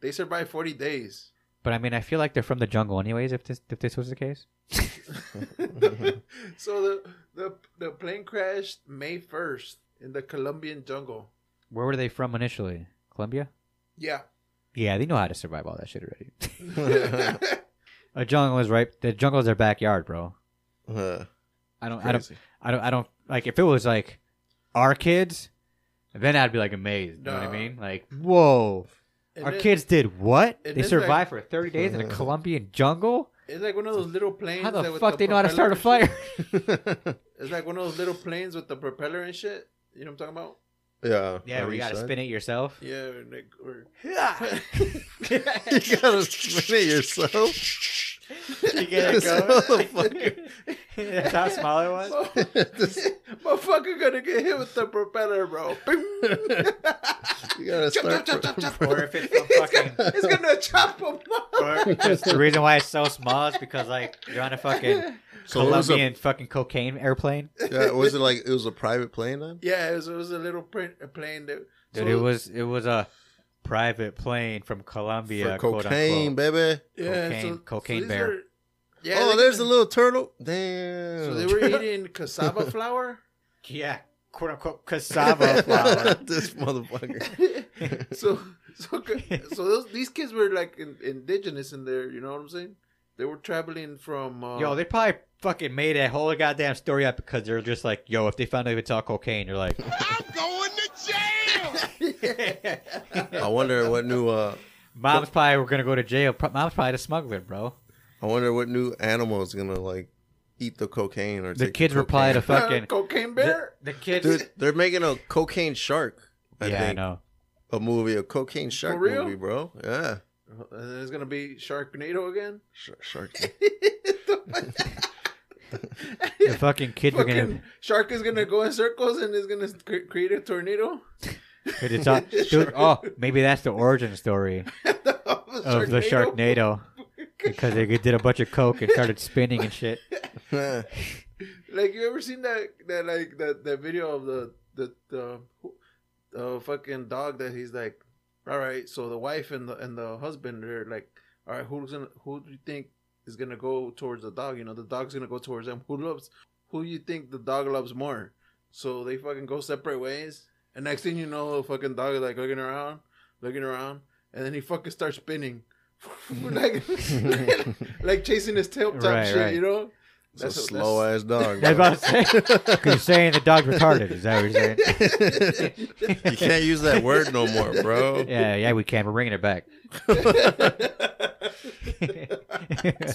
[SPEAKER 2] They survived 40 days.
[SPEAKER 1] But I mean, I feel like they're from the jungle, anyways. If this if this was the case,
[SPEAKER 2] so the, the the plane crashed May 1st in the Colombian jungle.
[SPEAKER 1] where were they from initially? Colombia.
[SPEAKER 2] Yeah.
[SPEAKER 1] Yeah, they know how to survive all that shit already.
[SPEAKER 2] yeah,
[SPEAKER 1] a jungle is right. The jungle is their backyard, bro.
[SPEAKER 3] Uh,
[SPEAKER 1] I don't. I don't.
[SPEAKER 3] crazy.
[SPEAKER 1] I don't. I don't like if it was like our kids, then I'd be like amazed. You know what I
[SPEAKER 2] Nah.
[SPEAKER 1] mean? Like, whoa, our
[SPEAKER 2] it-
[SPEAKER 1] kids did what?
[SPEAKER 2] and
[SPEAKER 1] They
[SPEAKER 2] it's
[SPEAKER 1] survived for thirty days in a Colombian jungle.
[SPEAKER 2] It's like one of those little planes.
[SPEAKER 1] How
[SPEAKER 2] that
[SPEAKER 1] the
[SPEAKER 2] with
[SPEAKER 1] fuck they know how to start
[SPEAKER 2] propeller
[SPEAKER 1] a fire?
[SPEAKER 2] and shit. It's like one of those little planes with the propeller and shit. You know what I'm talking about?
[SPEAKER 3] yeah.
[SPEAKER 1] yeah,
[SPEAKER 3] on
[SPEAKER 1] we
[SPEAKER 3] each
[SPEAKER 1] gotta
[SPEAKER 3] side.
[SPEAKER 1] spin it yourself.
[SPEAKER 2] Yeah. or Like, or...
[SPEAKER 3] you gotta spin it yourself.
[SPEAKER 1] You
[SPEAKER 3] get it going? Motherfucker.
[SPEAKER 1] That's how small it was.
[SPEAKER 2] Motherfucker gonna get hit with the propeller, bro. Bing.
[SPEAKER 3] You gotta
[SPEAKER 2] Chop,
[SPEAKER 3] start.
[SPEAKER 2] chop, chop, chop, chop.
[SPEAKER 1] Or if it's from
[SPEAKER 2] It's
[SPEAKER 1] fucking-
[SPEAKER 2] gonna, it's gonna chop him up.
[SPEAKER 1] Or just the reason why it's so small is because like you're on a fucking
[SPEAKER 3] So it was a-
[SPEAKER 1] Colombian fucking cocaine airplane.
[SPEAKER 3] yeah, was it like it was a private plane then?
[SPEAKER 2] Yeah, it was, it was a little print, a plane that.
[SPEAKER 1] Dude,
[SPEAKER 2] so-
[SPEAKER 1] it was it was a private plane from Colombia,
[SPEAKER 3] For cocaine,
[SPEAKER 1] quote unquote.
[SPEAKER 3] baby.
[SPEAKER 2] yeah,
[SPEAKER 1] cocaine-
[SPEAKER 2] so,
[SPEAKER 1] cocaine
[SPEAKER 2] so these
[SPEAKER 1] bear.
[SPEAKER 2] are- yeah,
[SPEAKER 3] oh,
[SPEAKER 2] they-
[SPEAKER 3] there's a little turtle. Damn.
[SPEAKER 2] So they were eating cassava flour.
[SPEAKER 1] Yeah, quote unquote cassava flower.
[SPEAKER 3] this motherfucker.
[SPEAKER 2] so so so those, these kids were like in, indigenous in there. You know what I'm saying? They were traveling from. Uh,
[SPEAKER 1] Yo, they probably fucking made that whole goddamn story up because they're just like, yo, if they found out it's all cocaine, they're like,
[SPEAKER 3] I wonder what new. uh
[SPEAKER 1] mom's probably we're gonna go to jail. Pro- Mom's probably the smuggler, bro.
[SPEAKER 3] I wonder what new animal is gonna like eat the cocaine or
[SPEAKER 1] The
[SPEAKER 3] take
[SPEAKER 1] kids were probably the
[SPEAKER 3] cocaine.
[SPEAKER 1] fucking
[SPEAKER 2] cocaine
[SPEAKER 1] the,
[SPEAKER 2] bear.
[SPEAKER 1] the kids.
[SPEAKER 3] Dude, they're making a cocaine shark. I
[SPEAKER 1] yeah, I
[SPEAKER 3] think
[SPEAKER 1] know.
[SPEAKER 3] a movie, a cocaine shark
[SPEAKER 2] real?
[SPEAKER 3] movie, bro. Yeah,
[SPEAKER 2] And then Uh, it's gonna be Sharknado again.
[SPEAKER 3] Sh- shark.
[SPEAKER 1] The fucking kids were gonna.
[SPEAKER 2] Fucking shark is gonna go in circles and is gonna cre- create a tornado.
[SPEAKER 1] Dude, it's all, dude, oh, maybe that's the origin story of the Sharknado because they did a bunch of coke and started spinning and shit.
[SPEAKER 3] Yeah.
[SPEAKER 2] Like you ever seen that that like that that video of the the the, the fucking dog that he's like, all right, so the wife and the and the husband are like, all right, who's gonna who do you think is gonna go towards the dog? You know, the dog's gonna go towards them. Who loves? Who you think the dog loves more? So they fucking go separate ways. And next thing you know, the fucking dog is like looking around, looking around, and then he fucking starts spinning, like like chasing his tail type
[SPEAKER 1] Right,
[SPEAKER 2] shit.
[SPEAKER 1] right.
[SPEAKER 2] You know.
[SPEAKER 3] It's a
[SPEAKER 2] That's-
[SPEAKER 3] slow ass dog.
[SPEAKER 1] That's
[SPEAKER 3] bro.
[SPEAKER 1] what I'm saying. 'Cause you're saying the dog's retarded. Is that what you're saying?
[SPEAKER 3] you can't use that word no more, bro.
[SPEAKER 1] Yeah, yeah, we can. We're bringing it back.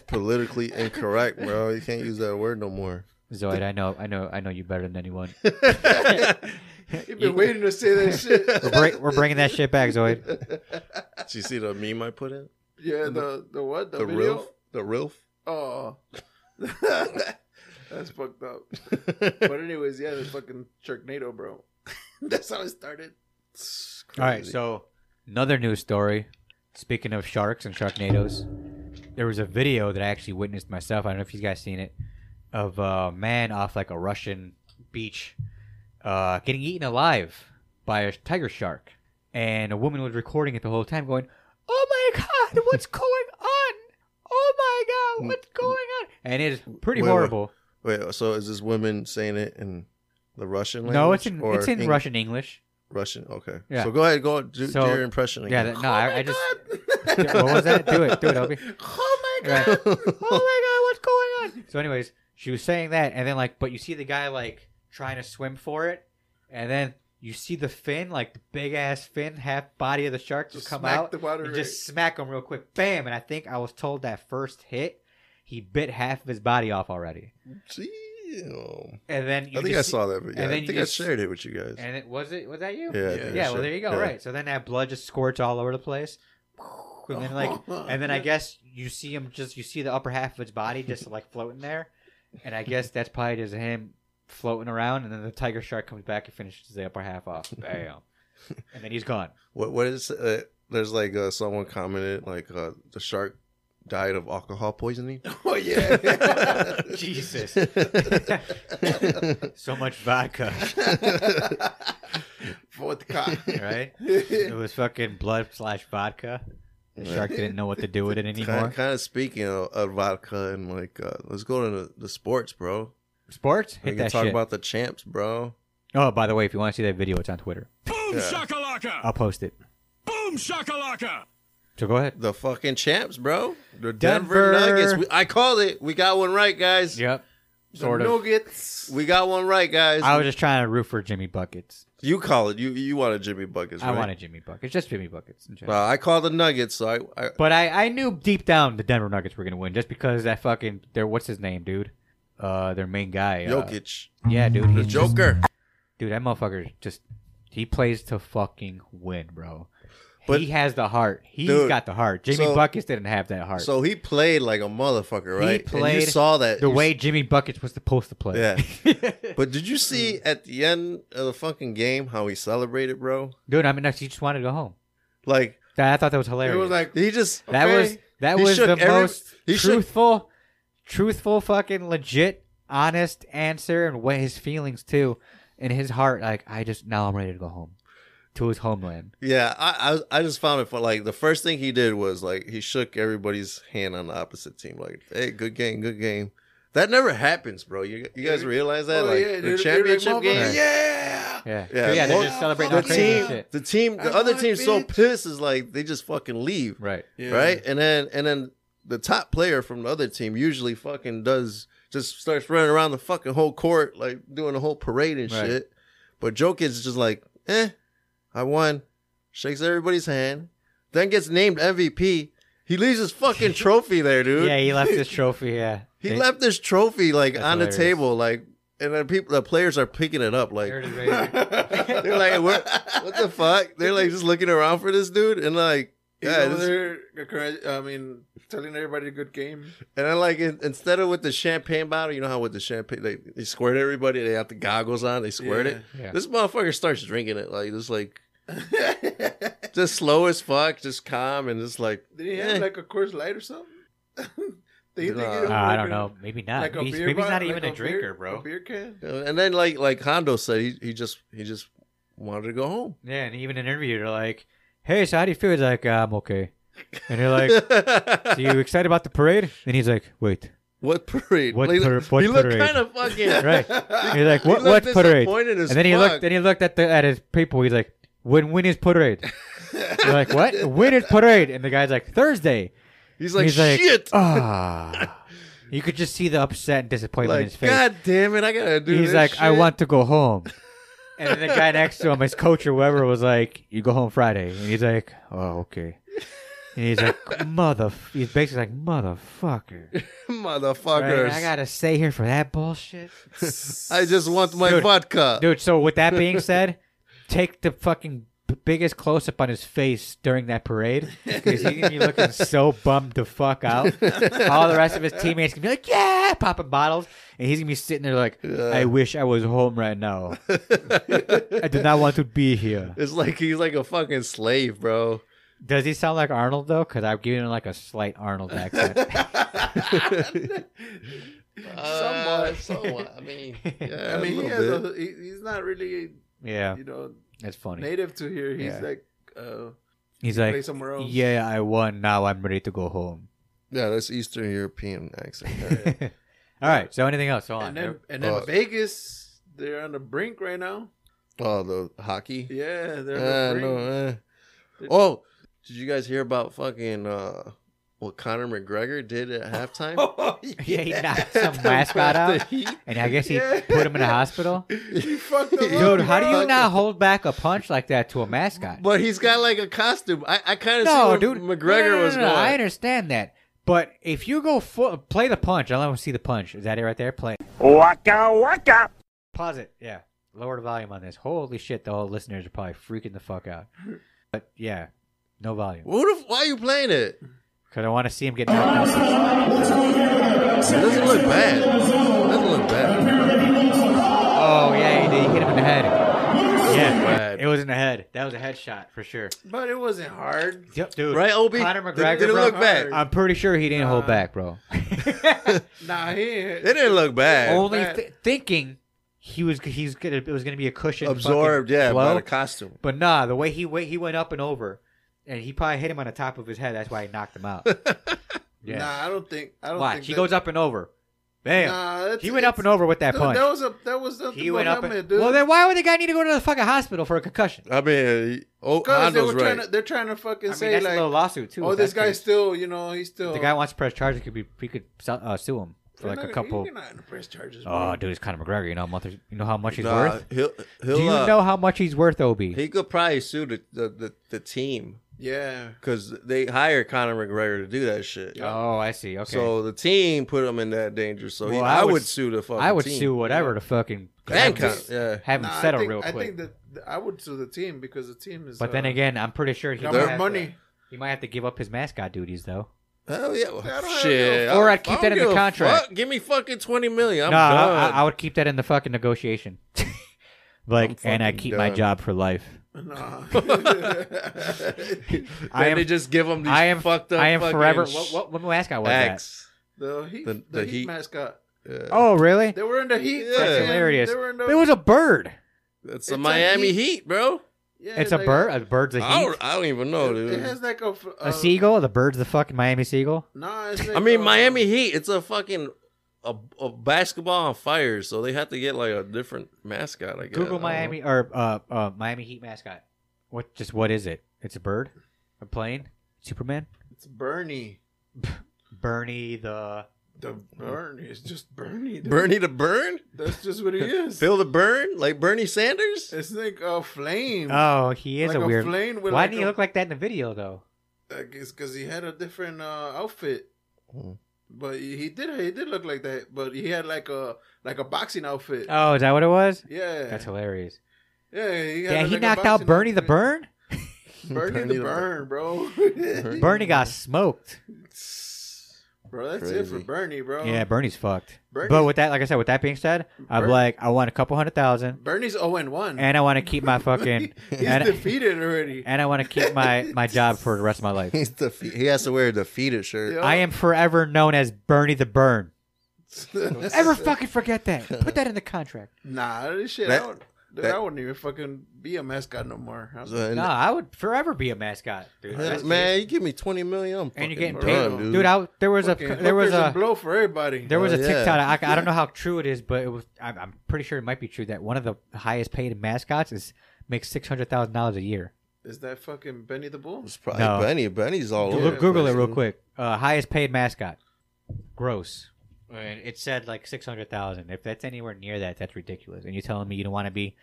[SPEAKER 3] Politically incorrect, bro. You can't use that word no more.
[SPEAKER 1] Zoid, I know, I know, I know you better than anyone.
[SPEAKER 2] You've
[SPEAKER 1] You-
[SPEAKER 2] been waiting to say that shit.
[SPEAKER 1] We're, bring, we're bringing that shit back, Zoid.
[SPEAKER 3] Did you see the meme I put in?
[SPEAKER 2] Yeah, the the what? The,
[SPEAKER 3] The
[SPEAKER 2] video?
[SPEAKER 3] Rilf? The Rilf?
[SPEAKER 2] Oh. That's fucked up. But anyways, yeah, the fucking Sharknado, bro. That's how it started.
[SPEAKER 1] All right, so another news story. Speaking of sharks and sharknadoes, there was a video that I actually witnessed myself. I don't know if you guys seen it, of a man off like a Russian beach, uh, getting eaten alive by a tiger shark, and a woman was recording it the whole time, going, "Oh my god, what's going on? Oh my god,
[SPEAKER 2] Mm,
[SPEAKER 1] what's going on?" And it's pretty
[SPEAKER 3] Wait, wait.
[SPEAKER 1] horrible.
[SPEAKER 3] Wait, so is this woman saying it in the Russian language?
[SPEAKER 1] No, it's in
[SPEAKER 3] or
[SPEAKER 1] it's in
[SPEAKER 3] Eng-
[SPEAKER 1] Russian English.
[SPEAKER 3] Russian, okay.
[SPEAKER 1] Yeah.
[SPEAKER 3] So go ahead, go do,
[SPEAKER 1] So-
[SPEAKER 3] do your impression
[SPEAKER 1] Yeah,
[SPEAKER 3] again.
[SPEAKER 1] that, no, I, I just
[SPEAKER 2] just
[SPEAKER 1] what was that? Do it, do it, Obi.
[SPEAKER 2] Oh my
[SPEAKER 1] Right.
[SPEAKER 2] god.
[SPEAKER 1] oh my god, what's going on? So, anyways, she was saying that, and then like, but you see the guy like trying to swim for it, and then you see the fin, like the big ass fin, half body of the shark just
[SPEAKER 2] Just
[SPEAKER 1] come
[SPEAKER 2] smack
[SPEAKER 1] out
[SPEAKER 2] the water
[SPEAKER 1] and
[SPEAKER 2] right-
[SPEAKER 1] just smack him real quick, bam! And I think I was told that first hit, he bit half of his body off already.
[SPEAKER 3] Damn.
[SPEAKER 1] And then you
[SPEAKER 3] I think
[SPEAKER 1] just
[SPEAKER 3] I
[SPEAKER 1] see-
[SPEAKER 3] saw that. But yeah,
[SPEAKER 1] and then
[SPEAKER 3] I
[SPEAKER 1] you
[SPEAKER 3] think I
[SPEAKER 1] just-
[SPEAKER 3] shared it with you guys.
[SPEAKER 1] And it was it was that you?
[SPEAKER 3] yeah, I
[SPEAKER 2] Yeah.
[SPEAKER 3] think I
[SPEAKER 1] Yeah, well,
[SPEAKER 3] shared-
[SPEAKER 1] there you go.
[SPEAKER 3] yeah.
[SPEAKER 1] Right. So then that blood just squirts all over the place, and then like, and then I guess you see him just you see the upper half of his body just like floating there, and I guess that's probably just him floating around, and then the tiger shark comes back and finishes the upper half off. Bam, and then he's gone.
[SPEAKER 3] What what is uh, there's like uh, someone commented like uh, the shark died of alcohol poisoning.
[SPEAKER 2] oh yeah.
[SPEAKER 1] Jesus. So much vodka,
[SPEAKER 2] Vodka.
[SPEAKER 1] right? It was fucking blood slash vodka. The shark didn't know what to do with it
[SPEAKER 3] kind,
[SPEAKER 1] anymore.
[SPEAKER 3] kind of speaking of, of vodka and like uh, let's go to the, the sports, bro.
[SPEAKER 1] Sports,
[SPEAKER 3] We
[SPEAKER 1] hit
[SPEAKER 3] can
[SPEAKER 1] that
[SPEAKER 3] talk
[SPEAKER 1] shit.
[SPEAKER 3] about the champs, bro.
[SPEAKER 1] oh, by the way, if you want to see that video, it's on Twitter.
[SPEAKER 4] Boom
[SPEAKER 3] Yeah.
[SPEAKER 4] shakalaka!
[SPEAKER 1] I'll post it.
[SPEAKER 4] Boom shakalaka!
[SPEAKER 1] So go ahead.
[SPEAKER 3] The fucking champs, bro. The Denver,
[SPEAKER 1] Denver-
[SPEAKER 3] Nuggets. We, I called it. We got one right, guys.
[SPEAKER 1] Yep.
[SPEAKER 2] Sort of. Nuggets.
[SPEAKER 3] We got one right, guys.
[SPEAKER 1] I was just trying to root for Jimmy Buckets.
[SPEAKER 3] you call it. You you wanted Jimmy Buckets. Right?
[SPEAKER 1] I wanted Jimmy Buckets, just Jimmy Buckets. in general.
[SPEAKER 3] Well, I called the Nuggets, so I, I
[SPEAKER 1] but I, I knew deep down the Denver Nuggets were gonna win just because that fucking their what's his name, dude? Uh, their main guy. uh,
[SPEAKER 3] Jokic,
[SPEAKER 1] yeah, dude.
[SPEAKER 3] the
[SPEAKER 1] He's just-
[SPEAKER 3] Joker.
[SPEAKER 1] dude, that motherfucker just he plays to fucking win, bro.
[SPEAKER 3] But-
[SPEAKER 1] he has the heart. He's
[SPEAKER 3] Dude,
[SPEAKER 1] got the heart. Jimmy
[SPEAKER 3] so-
[SPEAKER 1] Buckets didn't have that heart.
[SPEAKER 3] So he played like a motherfucker, right? And
[SPEAKER 1] played
[SPEAKER 3] you saw that
[SPEAKER 1] the
[SPEAKER 3] you
[SPEAKER 1] way Jimmy Buckets was supposed to play.
[SPEAKER 3] Yeah. But did you
[SPEAKER 1] Mm.
[SPEAKER 3] see at the end of the fucking game how he celebrated, bro?
[SPEAKER 1] dude, I mean, he just wanted to go home.
[SPEAKER 3] Like
[SPEAKER 1] That I thought that was hilarious.
[SPEAKER 2] It was like
[SPEAKER 3] he just
[SPEAKER 1] That
[SPEAKER 2] Okay.
[SPEAKER 1] was that
[SPEAKER 3] He
[SPEAKER 1] was
[SPEAKER 3] shook
[SPEAKER 1] the
[SPEAKER 3] every-
[SPEAKER 1] most
[SPEAKER 3] he shook-
[SPEAKER 1] truthful, truthful, fucking legit, honest answer, and what his feelings too, in his heart. Like I just now I'm ready to go home, to his homeland.
[SPEAKER 3] yeah. I I, I just found it fun. Like the first thing he did was like he shook everybody's hand on the opposite team. Like hey, good game, good game. That never happens, bro. You you guys realize that?
[SPEAKER 2] Oh,
[SPEAKER 3] like
[SPEAKER 2] yeah,
[SPEAKER 3] the
[SPEAKER 2] they're- they're
[SPEAKER 3] championship
[SPEAKER 2] like,
[SPEAKER 3] game.
[SPEAKER 2] "Motherfucker, Yeah.
[SPEAKER 1] Yeah,
[SPEAKER 3] Yeah,
[SPEAKER 1] yeah, yeah they're
[SPEAKER 3] well,
[SPEAKER 1] just celebrating
[SPEAKER 3] The
[SPEAKER 1] all
[SPEAKER 2] fuck
[SPEAKER 1] crazy
[SPEAKER 2] yeah.
[SPEAKER 3] team,
[SPEAKER 1] shit.
[SPEAKER 3] the team, the
[SPEAKER 2] I
[SPEAKER 3] other
[SPEAKER 2] want
[SPEAKER 3] team's so
[SPEAKER 2] bitch.
[SPEAKER 3] pissed is like they just fucking leave,
[SPEAKER 1] Right.
[SPEAKER 2] Yeah.
[SPEAKER 3] right? And then and then the top player from the other team usually fucking does just starts running around the fucking whole court like doing a whole parade and
[SPEAKER 1] Right.
[SPEAKER 3] shit. But Jokic is just like, eh, I won. Shakes everybody's hand, then gets named MVP. He leaves his fucking trophy there, dude.
[SPEAKER 1] Yeah, he left his trophy. Yeah,
[SPEAKER 3] he
[SPEAKER 1] They-
[SPEAKER 3] left his trophy like
[SPEAKER 1] That's
[SPEAKER 3] on
[SPEAKER 1] hilarious.
[SPEAKER 3] the table, like, and then people, the players are picking it up, like,
[SPEAKER 1] they're just ready.
[SPEAKER 3] they're like, what, what the fuck? They're like just looking around for this dude, and like,
[SPEAKER 2] He's
[SPEAKER 3] yeah,
[SPEAKER 2] over
[SPEAKER 3] this-
[SPEAKER 2] there, encourage- I mean, telling everybody a good game.
[SPEAKER 3] and then like in, instead of with the champagne bottle, you know how with the champagne they, they squirt everybody, they have the goggles on, they squirt it.
[SPEAKER 1] Yeah.
[SPEAKER 3] This motherfucker starts drinking it like just like just slow as fuck, just calm, and just like
[SPEAKER 2] Did he have
[SPEAKER 3] eh.
[SPEAKER 2] like a Coors Light or something? Do you think he
[SPEAKER 3] Nah.
[SPEAKER 2] was
[SPEAKER 1] Uh, I don't
[SPEAKER 2] like a-
[SPEAKER 1] know. Maybe not.
[SPEAKER 2] Like a
[SPEAKER 1] He's-
[SPEAKER 2] beer
[SPEAKER 1] maybe he's
[SPEAKER 2] bot-
[SPEAKER 1] not
[SPEAKER 2] like
[SPEAKER 1] even a
[SPEAKER 2] beer-
[SPEAKER 1] drinker, bro.
[SPEAKER 2] A beer can.
[SPEAKER 3] uh, and then like like Hondo said, he, he just he just wanted to go home.
[SPEAKER 1] Yeah, and even in an interview, they're like, "Hey, so how do you feel?" He's like, "Uh, "I'm okay." And they're like, "Are you excited about the parade?" And he's like, "Wait,
[SPEAKER 3] what parade?
[SPEAKER 1] What
[SPEAKER 3] Like,
[SPEAKER 1] par- what
[SPEAKER 3] he looked
[SPEAKER 1] parade?
[SPEAKER 3] kind of fucking
[SPEAKER 1] right?"
[SPEAKER 2] Right.
[SPEAKER 1] He's like,
[SPEAKER 3] he
[SPEAKER 1] "What? What
[SPEAKER 3] looked
[SPEAKER 1] parade?"
[SPEAKER 3] disappointed as
[SPEAKER 1] And then he
[SPEAKER 3] fuck.
[SPEAKER 1] looked. Then he looked at the at his people. He's like, "When when is parade?" They're like, "What? When is parade?" And the guy's like, "Thursday."
[SPEAKER 3] he's like,
[SPEAKER 1] he's like, "Oh,
[SPEAKER 3] shit.
[SPEAKER 1] Ah. you could just see the upset and disappointment in his
[SPEAKER 3] like,
[SPEAKER 1] face.
[SPEAKER 3] God damn it, I gotta do
[SPEAKER 1] he's
[SPEAKER 3] this
[SPEAKER 1] like, "I
[SPEAKER 3] shit."
[SPEAKER 1] want to go home." And then the guy next to him, his coach or whoever, was like, "You go home Friday." And he's like, "Oh, okay." And he's like, "Mother," he's basically like, "Motherfucker."
[SPEAKER 3] motherfuckers.
[SPEAKER 1] Right? I gotta stay here for that bullshit.
[SPEAKER 3] I just want my
[SPEAKER 1] Dude.
[SPEAKER 3] vodka.
[SPEAKER 1] Dude, so with that being said, take the fucking b- biggest close up on his face during that parade because he's gonna be looking so bummed the fuck out. All the rest of his teammates gonna be like, yeah, popping bottles. And he's gonna be sitting there like, I wish I was home right now. I do not want to be here.
[SPEAKER 3] It's like he's like a fucking slave, bro.
[SPEAKER 1] Does he sound like Arnold though? Because I'm giving him like a slight Arnold accent.
[SPEAKER 3] Uh, somewhat. I mean, yeah,
[SPEAKER 2] I mean,
[SPEAKER 3] a
[SPEAKER 2] he
[SPEAKER 3] little
[SPEAKER 2] has
[SPEAKER 3] bit.
[SPEAKER 2] a, he, he's not really,
[SPEAKER 1] yeah,
[SPEAKER 2] you know,
[SPEAKER 1] that's funny.
[SPEAKER 2] native to here. He's
[SPEAKER 1] Yeah.
[SPEAKER 2] like, uh,
[SPEAKER 1] He's
[SPEAKER 2] play
[SPEAKER 1] like,
[SPEAKER 2] somewhere else.
[SPEAKER 1] yeah, I won. Now I'm ready to go home.
[SPEAKER 3] yeah, that's Eastern European accent.
[SPEAKER 1] All right. So anything else? Hold on.
[SPEAKER 2] And then, and then
[SPEAKER 3] Uh,
[SPEAKER 2] Vegas, they're on the brink right now.
[SPEAKER 3] oh, the hockey.
[SPEAKER 2] Yeah, they're
[SPEAKER 3] Uh,
[SPEAKER 2] on the
[SPEAKER 3] no,
[SPEAKER 2] brink.
[SPEAKER 3] eh. Oh, did you guys hear about fucking uh, what Conor McGregor did at halftime?
[SPEAKER 2] Oh,
[SPEAKER 1] Yeah, he knocked some mascot out, and I guess he
[SPEAKER 2] Yeah.
[SPEAKER 1] put him in the hospital.
[SPEAKER 2] He fucked him
[SPEAKER 1] Dude,
[SPEAKER 2] up,
[SPEAKER 1] how do you
[SPEAKER 2] bro.
[SPEAKER 1] not hold back a punch like that to a mascot?
[SPEAKER 3] But he's got like a costume. I, I kind of see
[SPEAKER 1] no,
[SPEAKER 3] where
[SPEAKER 1] dude,
[SPEAKER 3] McGregor
[SPEAKER 1] no, no, no,
[SPEAKER 3] was
[SPEAKER 1] no,
[SPEAKER 3] going.
[SPEAKER 1] I understand that, But if you go full, play the punch. I want to see the punch. Is that it right there? Play. Waka waka. Pause it. Yeah. Lower the volume on this. Holy shit! The whole listeners are probably freaking the fuck out. But yeah, no volume
[SPEAKER 3] What if, why are you playing it?
[SPEAKER 1] because I want to see him get knocked out.
[SPEAKER 3] It doesn't look bad. It doesn't look bad.
[SPEAKER 1] Oh yeah, he did. He hit him in the head. Yeah,
[SPEAKER 3] Bad.
[SPEAKER 1] it was in the head. That was a headshot for sure.
[SPEAKER 2] But it wasn't hard.
[SPEAKER 1] Yep, dude.
[SPEAKER 3] Right, Uh. Obi?
[SPEAKER 1] Conor
[SPEAKER 3] Did-
[SPEAKER 1] McGregor.
[SPEAKER 3] did it
[SPEAKER 1] bro,
[SPEAKER 3] look bad?
[SPEAKER 1] I'm pretty sure he didn't hold back, bro.
[SPEAKER 2] Nah, he
[SPEAKER 3] It didn't look bad.
[SPEAKER 1] Only th- thinking he was he's gonna it was gonna be a cushion
[SPEAKER 3] Absorbed,
[SPEAKER 1] fucking
[SPEAKER 3] yeah, by
[SPEAKER 1] blow.
[SPEAKER 3] the costume.
[SPEAKER 1] But nah, the way he went, he went up and over, and he probably hit him on the top of his head. That's why he knocked him out. Yeah,
[SPEAKER 2] Nah, I don't think. I don't
[SPEAKER 1] watch.
[SPEAKER 2] think
[SPEAKER 1] He
[SPEAKER 2] that-
[SPEAKER 1] goes up and over. Bam.
[SPEAKER 2] Nah, that's-
[SPEAKER 1] he went
[SPEAKER 2] it's-
[SPEAKER 1] up and over with that
[SPEAKER 2] Dude,
[SPEAKER 1] punch.
[SPEAKER 2] That was a that was nothing.
[SPEAKER 1] he went up.
[SPEAKER 2] helmet,
[SPEAKER 1] And,
[SPEAKER 2] dude.
[SPEAKER 1] well, then why would the guy need to go to the fucking hospital for a concussion?
[SPEAKER 3] I mean, oh,
[SPEAKER 2] because they were
[SPEAKER 3] Hondo's
[SPEAKER 2] trying
[SPEAKER 3] right.
[SPEAKER 2] to they're trying to
[SPEAKER 1] I
[SPEAKER 2] fucking
[SPEAKER 1] mean,
[SPEAKER 2] say
[SPEAKER 1] that's a
[SPEAKER 2] like,
[SPEAKER 1] little lawsuit too.
[SPEAKER 2] oh,
[SPEAKER 1] if that's
[SPEAKER 2] this guy's
[SPEAKER 1] the-
[SPEAKER 2] still, you know, he's still
[SPEAKER 1] the guy wants to press charges. Could be he could su- uh, sue him for like a couple.
[SPEAKER 2] You're not gonna press charges. bro.
[SPEAKER 1] Oh, dude, it's Conor McGregor. You know how much? You know how much he's
[SPEAKER 3] Nah,
[SPEAKER 1] worth.
[SPEAKER 3] he'll, he'll,
[SPEAKER 1] Do you
[SPEAKER 3] uh,
[SPEAKER 1] know how much he's worth, Ob?
[SPEAKER 3] He could probably sue the the, the, the team
[SPEAKER 2] yeah.
[SPEAKER 3] because they hired Conor McGregor to do that shit.
[SPEAKER 1] oh, I see. Okay.
[SPEAKER 3] So the team put him in that danger. So he,
[SPEAKER 1] Well,
[SPEAKER 3] I, would, sue uh, the fucking.
[SPEAKER 1] I would
[SPEAKER 3] team.
[SPEAKER 1] sue uh, whatever the fucking
[SPEAKER 3] And
[SPEAKER 1] have
[SPEAKER 3] Conor,
[SPEAKER 1] him-
[SPEAKER 3] yeah.
[SPEAKER 1] have him
[SPEAKER 2] Nah, I
[SPEAKER 1] settle
[SPEAKER 2] think,
[SPEAKER 1] real quick.
[SPEAKER 2] I think that that I would sue the team because the team is.
[SPEAKER 1] but then
[SPEAKER 2] uh,
[SPEAKER 1] again, I'm pretty sure he
[SPEAKER 2] got
[SPEAKER 1] might
[SPEAKER 2] more
[SPEAKER 1] have
[SPEAKER 2] money.
[SPEAKER 1] To, he might have to give up his mascot duties though.
[SPEAKER 3] Hell yeah.
[SPEAKER 2] I don't
[SPEAKER 3] shit.
[SPEAKER 2] know.
[SPEAKER 3] I-
[SPEAKER 1] Or I'd
[SPEAKER 3] I
[SPEAKER 1] keep
[SPEAKER 3] don't
[SPEAKER 1] that in the
[SPEAKER 3] give a
[SPEAKER 1] contract.
[SPEAKER 3] fuck. Give me fucking twenty million. I'm
[SPEAKER 1] no, I, I-
[SPEAKER 3] done.
[SPEAKER 1] I would keep that in the fucking negotiation.
[SPEAKER 3] I'm
[SPEAKER 1] like, and I
[SPEAKER 3] fucking
[SPEAKER 1] keep my
[SPEAKER 3] done.
[SPEAKER 1] job for life.
[SPEAKER 2] Nah.
[SPEAKER 3] Then
[SPEAKER 1] I am-
[SPEAKER 3] they just give him these
[SPEAKER 1] I am
[SPEAKER 3] fucked up.
[SPEAKER 1] I am
[SPEAKER 3] fucking
[SPEAKER 1] forever.
[SPEAKER 3] sh-
[SPEAKER 1] What, what, what mascot was
[SPEAKER 3] acts.
[SPEAKER 2] the heat,
[SPEAKER 3] The-
[SPEAKER 2] the,
[SPEAKER 3] the
[SPEAKER 2] heat,
[SPEAKER 3] Heat.
[SPEAKER 2] mascot.
[SPEAKER 3] Yeah.
[SPEAKER 1] that? Oh, really?
[SPEAKER 2] They were in the heat.
[SPEAKER 3] That's
[SPEAKER 2] man.
[SPEAKER 1] That's hilarious.
[SPEAKER 2] They were in the,
[SPEAKER 1] It was a bird.
[SPEAKER 3] That's
[SPEAKER 2] It's
[SPEAKER 3] the
[SPEAKER 2] a
[SPEAKER 3] Miami
[SPEAKER 2] heat.
[SPEAKER 3] heat. bro.
[SPEAKER 2] yeah,
[SPEAKER 1] It's a
[SPEAKER 2] like-
[SPEAKER 1] bird. A bird's a
[SPEAKER 3] I
[SPEAKER 1] heat.
[SPEAKER 3] don't, I don't even know,
[SPEAKER 2] It, it
[SPEAKER 3] Oh, dude.
[SPEAKER 2] has like a f-
[SPEAKER 1] A
[SPEAKER 2] uh,
[SPEAKER 1] seagull. The bird's the fucking Miami seagull.
[SPEAKER 2] Nah, it's like
[SPEAKER 3] I mean,
[SPEAKER 2] a-
[SPEAKER 3] Miami Heat. It's a fucking a, a basketball on fire, so they have to get like a different mascot. I guess. I
[SPEAKER 1] Google
[SPEAKER 3] don't
[SPEAKER 1] Miami or uh, uh, Miami Heat mascot. What? Just what is it? It's a bird. A plane. Superman.
[SPEAKER 2] It's Bernie.
[SPEAKER 1] Bernie the
[SPEAKER 2] The Bernie is just Bernie.
[SPEAKER 3] know.
[SPEAKER 2] dude.
[SPEAKER 3] Bernie the Burn,
[SPEAKER 2] That's just what he is.
[SPEAKER 3] Phil the Burn, like Bernie Sanders.
[SPEAKER 2] It's like a flame.
[SPEAKER 1] oh he is
[SPEAKER 2] like
[SPEAKER 1] a weird.
[SPEAKER 2] flame
[SPEAKER 1] Why
[SPEAKER 2] with like
[SPEAKER 1] didn't he
[SPEAKER 2] a-
[SPEAKER 1] look like that in the video though?
[SPEAKER 2] I guess because he had a different uh, outfit.
[SPEAKER 1] Hmm.
[SPEAKER 3] Mhm.
[SPEAKER 2] But he he did he did look like that. But he had like a like a boxing outfit.
[SPEAKER 1] Oh, is that what it was?
[SPEAKER 2] yeah,
[SPEAKER 1] That's hilarious.
[SPEAKER 2] yeah. He, had,
[SPEAKER 1] Yeah, he
[SPEAKER 2] like, a
[SPEAKER 1] knocked out
[SPEAKER 2] boxing
[SPEAKER 1] Bernie the
[SPEAKER 2] outfit.
[SPEAKER 1] Burn.
[SPEAKER 2] Bernie,
[SPEAKER 3] Bernie
[SPEAKER 2] the
[SPEAKER 3] the
[SPEAKER 2] burn, bro.
[SPEAKER 1] Bernie got smoked.
[SPEAKER 2] bro, that's it for
[SPEAKER 3] Crazy.
[SPEAKER 2] Bernie, bro.
[SPEAKER 1] Yeah, Bernie's fucked. but
[SPEAKER 2] Uh-huh. Bernie's-
[SPEAKER 1] with that, like I said, with that being said, I'm
[SPEAKER 2] Bernie-
[SPEAKER 1] like, I want a couple hundred thousand,
[SPEAKER 2] Bernie's zero and one.
[SPEAKER 1] and I want to keep my fucking,
[SPEAKER 2] he's
[SPEAKER 1] and,
[SPEAKER 2] defeated already.
[SPEAKER 1] and I want to keep my my job for the rest of my life.
[SPEAKER 3] He's defe- he has to wear a defeated shirt.
[SPEAKER 2] Yeah.
[SPEAKER 1] I am forever known as Bernie the Burn. Ever fucking forget that? Put that in the contract.
[SPEAKER 2] nah, this shit.
[SPEAKER 3] That-
[SPEAKER 2] I, would, dude,
[SPEAKER 3] that-
[SPEAKER 2] I wouldn't even fucking be a mascot no more. I was like,
[SPEAKER 3] So, and-
[SPEAKER 1] No, I would forever be a mascot, dude.
[SPEAKER 3] Yeah,
[SPEAKER 1] That's-
[SPEAKER 3] man, you give me twenty million. I'm
[SPEAKER 1] and you're
[SPEAKER 3] fucking
[SPEAKER 1] getting paid,
[SPEAKER 3] done, dude.
[SPEAKER 1] dude. I, there was a
[SPEAKER 2] fucking
[SPEAKER 1] there was
[SPEAKER 2] hookers
[SPEAKER 1] a
[SPEAKER 2] and blow for everybody.
[SPEAKER 1] There was a
[SPEAKER 3] Hell, yeah.
[SPEAKER 1] TikTok. I, I don't know how true it is, but it was. I'm, I'm pretty sure it might be true that one of the highest paid mascots is makes six hundred thousand dollars a year.
[SPEAKER 2] Is that fucking Benny the Bull?
[SPEAKER 3] it's probably
[SPEAKER 1] No.
[SPEAKER 3] Benny. Benny's all
[SPEAKER 1] Go-
[SPEAKER 3] over. the
[SPEAKER 1] Google it
[SPEAKER 3] place,
[SPEAKER 1] real
[SPEAKER 3] dude.
[SPEAKER 1] quick. Uh, highest paid mascot. Gross. And it said like six hundred thousand. If that's anywhere near that, that's ridiculous. And you're telling me you don't want to be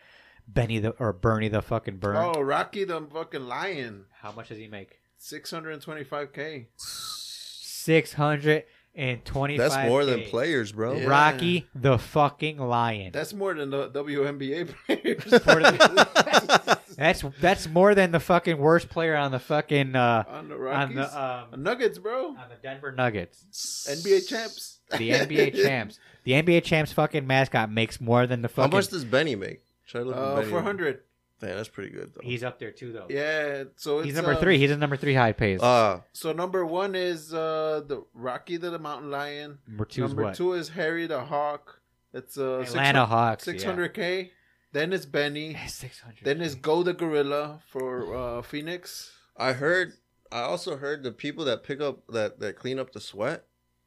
[SPEAKER 1] Benny the or Bernie the fucking Burn?
[SPEAKER 2] Oh, Rocky the fucking lion.
[SPEAKER 1] How much does he make?
[SPEAKER 2] 625k.
[SPEAKER 1] Six hundred and twenty-five.
[SPEAKER 3] That's more than players, bro.
[SPEAKER 2] Yeah.
[SPEAKER 1] Rocky the fucking lion.
[SPEAKER 2] That's more than the WNBA
[SPEAKER 1] More
[SPEAKER 2] players.
[SPEAKER 1] than- that's that's more than the fucking worst player on the fucking uh,
[SPEAKER 2] on the
[SPEAKER 1] on
[SPEAKER 2] Rockies.
[SPEAKER 1] the um,
[SPEAKER 2] Nuggets, bro.
[SPEAKER 1] on the Denver Nuggets,
[SPEAKER 2] NBA champs.
[SPEAKER 1] the NBA champs. The NBA champs fucking mascot makes more than the
[SPEAKER 3] How
[SPEAKER 1] fucking.
[SPEAKER 3] much does Benny make? Try to look at
[SPEAKER 2] Uh,
[SPEAKER 3] Benny.
[SPEAKER 2] 400.
[SPEAKER 3] Damn, that's pretty good though.
[SPEAKER 1] He's up there too, though.
[SPEAKER 2] Yeah. So it's,
[SPEAKER 1] he's number
[SPEAKER 2] uh,
[SPEAKER 1] three. He's a number three high pays.
[SPEAKER 3] Uh,
[SPEAKER 2] So number one is uh the Rocky the, Mountain Lion.
[SPEAKER 1] number two is
[SPEAKER 2] number
[SPEAKER 1] what?
[SPEAKER 2] two is Harry the Hawk. It's uh
[SPEAKER 1] Atlanta Hawks.
[SPEAKER 2] six hundred k. Then it's Benny.
[SPEAKER 1] Six hundred.
[SPEAKER 2] Then it's Go the Gorilla for uh Phoenix.
[SPEAKER 3] I heard. I also heard the people that pick up that that clean up the sweat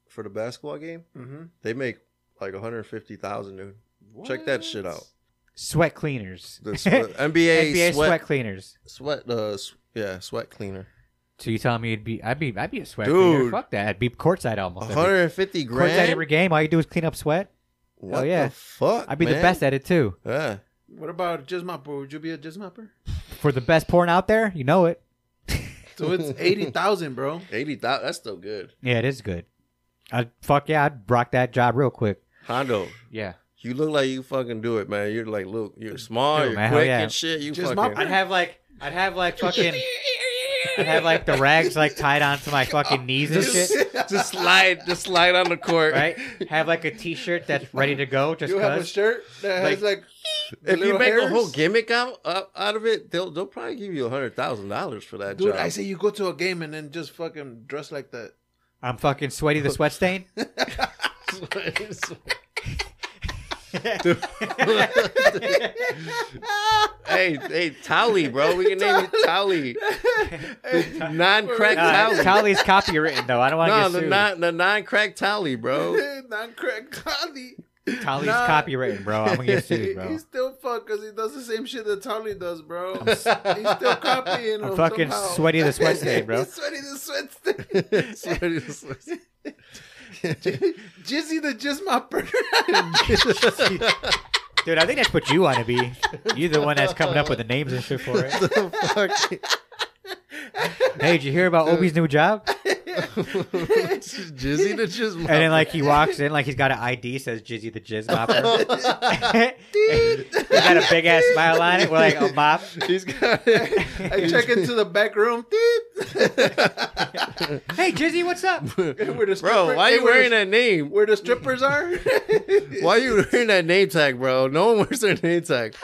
[SPEAKER 3] for the basketball game.
[SPEAKER 2] Mm-hmm.
[SPEAKER 3] They make like one hundred fifty thousand, dude. Check that shit out.
[SPEAKER 1] sweat cleaners.
[SPEAKER 3] The sweat, NBA,
[SPEAKER 1] NBA
[SPEAKER 3] sweat,
[SPEAKER 1] sweat cleaners.
[SPEAKER 3] sweat, uh, s- yeah, sweat cleaner.
[SPEAKER 1] So you telling me it'd be? I'd be. I'd be a sweat cleaner.
[SPEAKER 3] Dude.
[SPEAKER 1] Fuck that. I'd be courtside almost.
[SPEAKER 3] One
[SPEAKER 1] every-
[SPEAKER 3] hundred and fifty
[SPEAKER 1] Courtside
[SPEAKER 3] grand.
[SPEAKER 1] every game. All you do is clean up sweat.
[SPEAKER 3] what
[SPEAKER 1] Oh, yeah.
[SPEAKER 3] the fuck?
[SPEAKER 1] I'd be the
[SPEAKER 3] man?
[SPEAKER 1] best at it too.
[SPEAKER 3] Yeah.
[SPEAKER 2] What about jizz mopper? Would you be a jizz mopper?
[SPEAKER 1] For the best porn out there, you know it.
[SPEAKER 2] So it's eighty thousand, bro.
[SPEAKER 3] Eighty thousand. That's still good.
[SPEAKER 1] Yeah, it is good. I fuck yeah, I'd rock that job real quick.
[SPEAKER 3] Hondo,
[SPEAKER 1] Yeah,
[SPEAKER 3] you look like you fucking do it, man. You're like, look, you're small,
[SPEAKER 1] Dude,
[SPEAKER 3] you're
[SPEAKER 1] man, hell
[SPEAKER 3] quick
[SPEAKER 1] yeah.
[SPEAKER 3] and shit. You
[SPEAKER 2] Just
[SPEAKER 3] fucking.
[SPEAKER 1] I'd have like I'd have like fucking I'd have like the rags like tied onto my fucking knees and shit.
[SPEAKER 3] just slide, just slide on the court.
[SPEAKER 1] Right? Have like a T-shirt that's ready to go. Just
[SPEAKER 2] You have a
[SPEAKER 1] cause.
[SPEAKER 2] shirt that has like, the
[SPEAKER 3] If you
[SPEAKER 2] little
[SPEAKER 3] make a
[SPEAKER 2] hairs?
[SPEAKER 3] whole gimmick out up, out of it, they'll they'll probably give you a hundred thousand dollars for that
[SPEAKER 2] Dude,
[SPEAKER 3] job.
[SPEAKER 2] I say you go to a game and then just fucking dress like that.
[SPEAKER 1] I'm fucking sweaty. The sweat stain.
[SPEAKER 3] hey, hey, Towley, bro. We can name you Towley. Non-crack
[SPEAKER 1] Uh,
[SPEAKER 3] Towley.
[SPEAKER 1] Towley's copywritten though. I don't want to
[SPEAKER 3] no,
[SPEAKER 1] get
[SPEAKER 3] the
[SPEAKER 1] sued.
[SPEAKER 3] non the non-crack Towley, bro.
[SPEAKER 2] Not Craig Tolly.
[SPEAKER 1] Towley's
[SPEAKER 2] nah.
[SPEAKER 1] copywritten, bro. I'm gonna get sued, bro.
[SPEAKER 2] He's still fucked because he does the same shit that Tolly does, bro. He's still copying
[SPEAKER 1] I'm
[SPEAKER 2] him
[SPEAKER 1] fucking
[SPEAKER 2] somehow.
[SPEAKER 1] sweaty. The sweat stain, bro.
[SPEAKER 2] He's sweaty the sweat stain. Jizzy the jizz mopper.
[SPEAKER 1] Dude, I think that's what you want to be. You're the one that's coming up with the names and shit for it. Hey, did you hear about Obi's new job?
[SPEAKER 3] Jizzy to just
[SPEAKER 1] And then like he walks in, like he's got an ID says Jizzy the Jizz Mopper. he's got a big ass smile on it. We're like "Oh, a mop.
[SPEAKER 3] he's got
[SPEAKER 2] I check into the back room.
[SPEAKER 1] Hey Jizzy, what's up?
[SPEAKER 2] Where the
[SPEAKER 3] Bro,
[SPEAKER 2] stripper-
[SPEAKER 3] why
[SPEAKER 2] hey,
[SPEAKER 3] you
[SPEAKER 2] where
[SPEAKER 3] wearing
[SPEAKER 2] the,
[SPEAKER 3] that name?
[SPEAKER 2] Where the strippers are?
[SPEAKER 3] Why you wearing that name tag, bro? No one wears their name tag.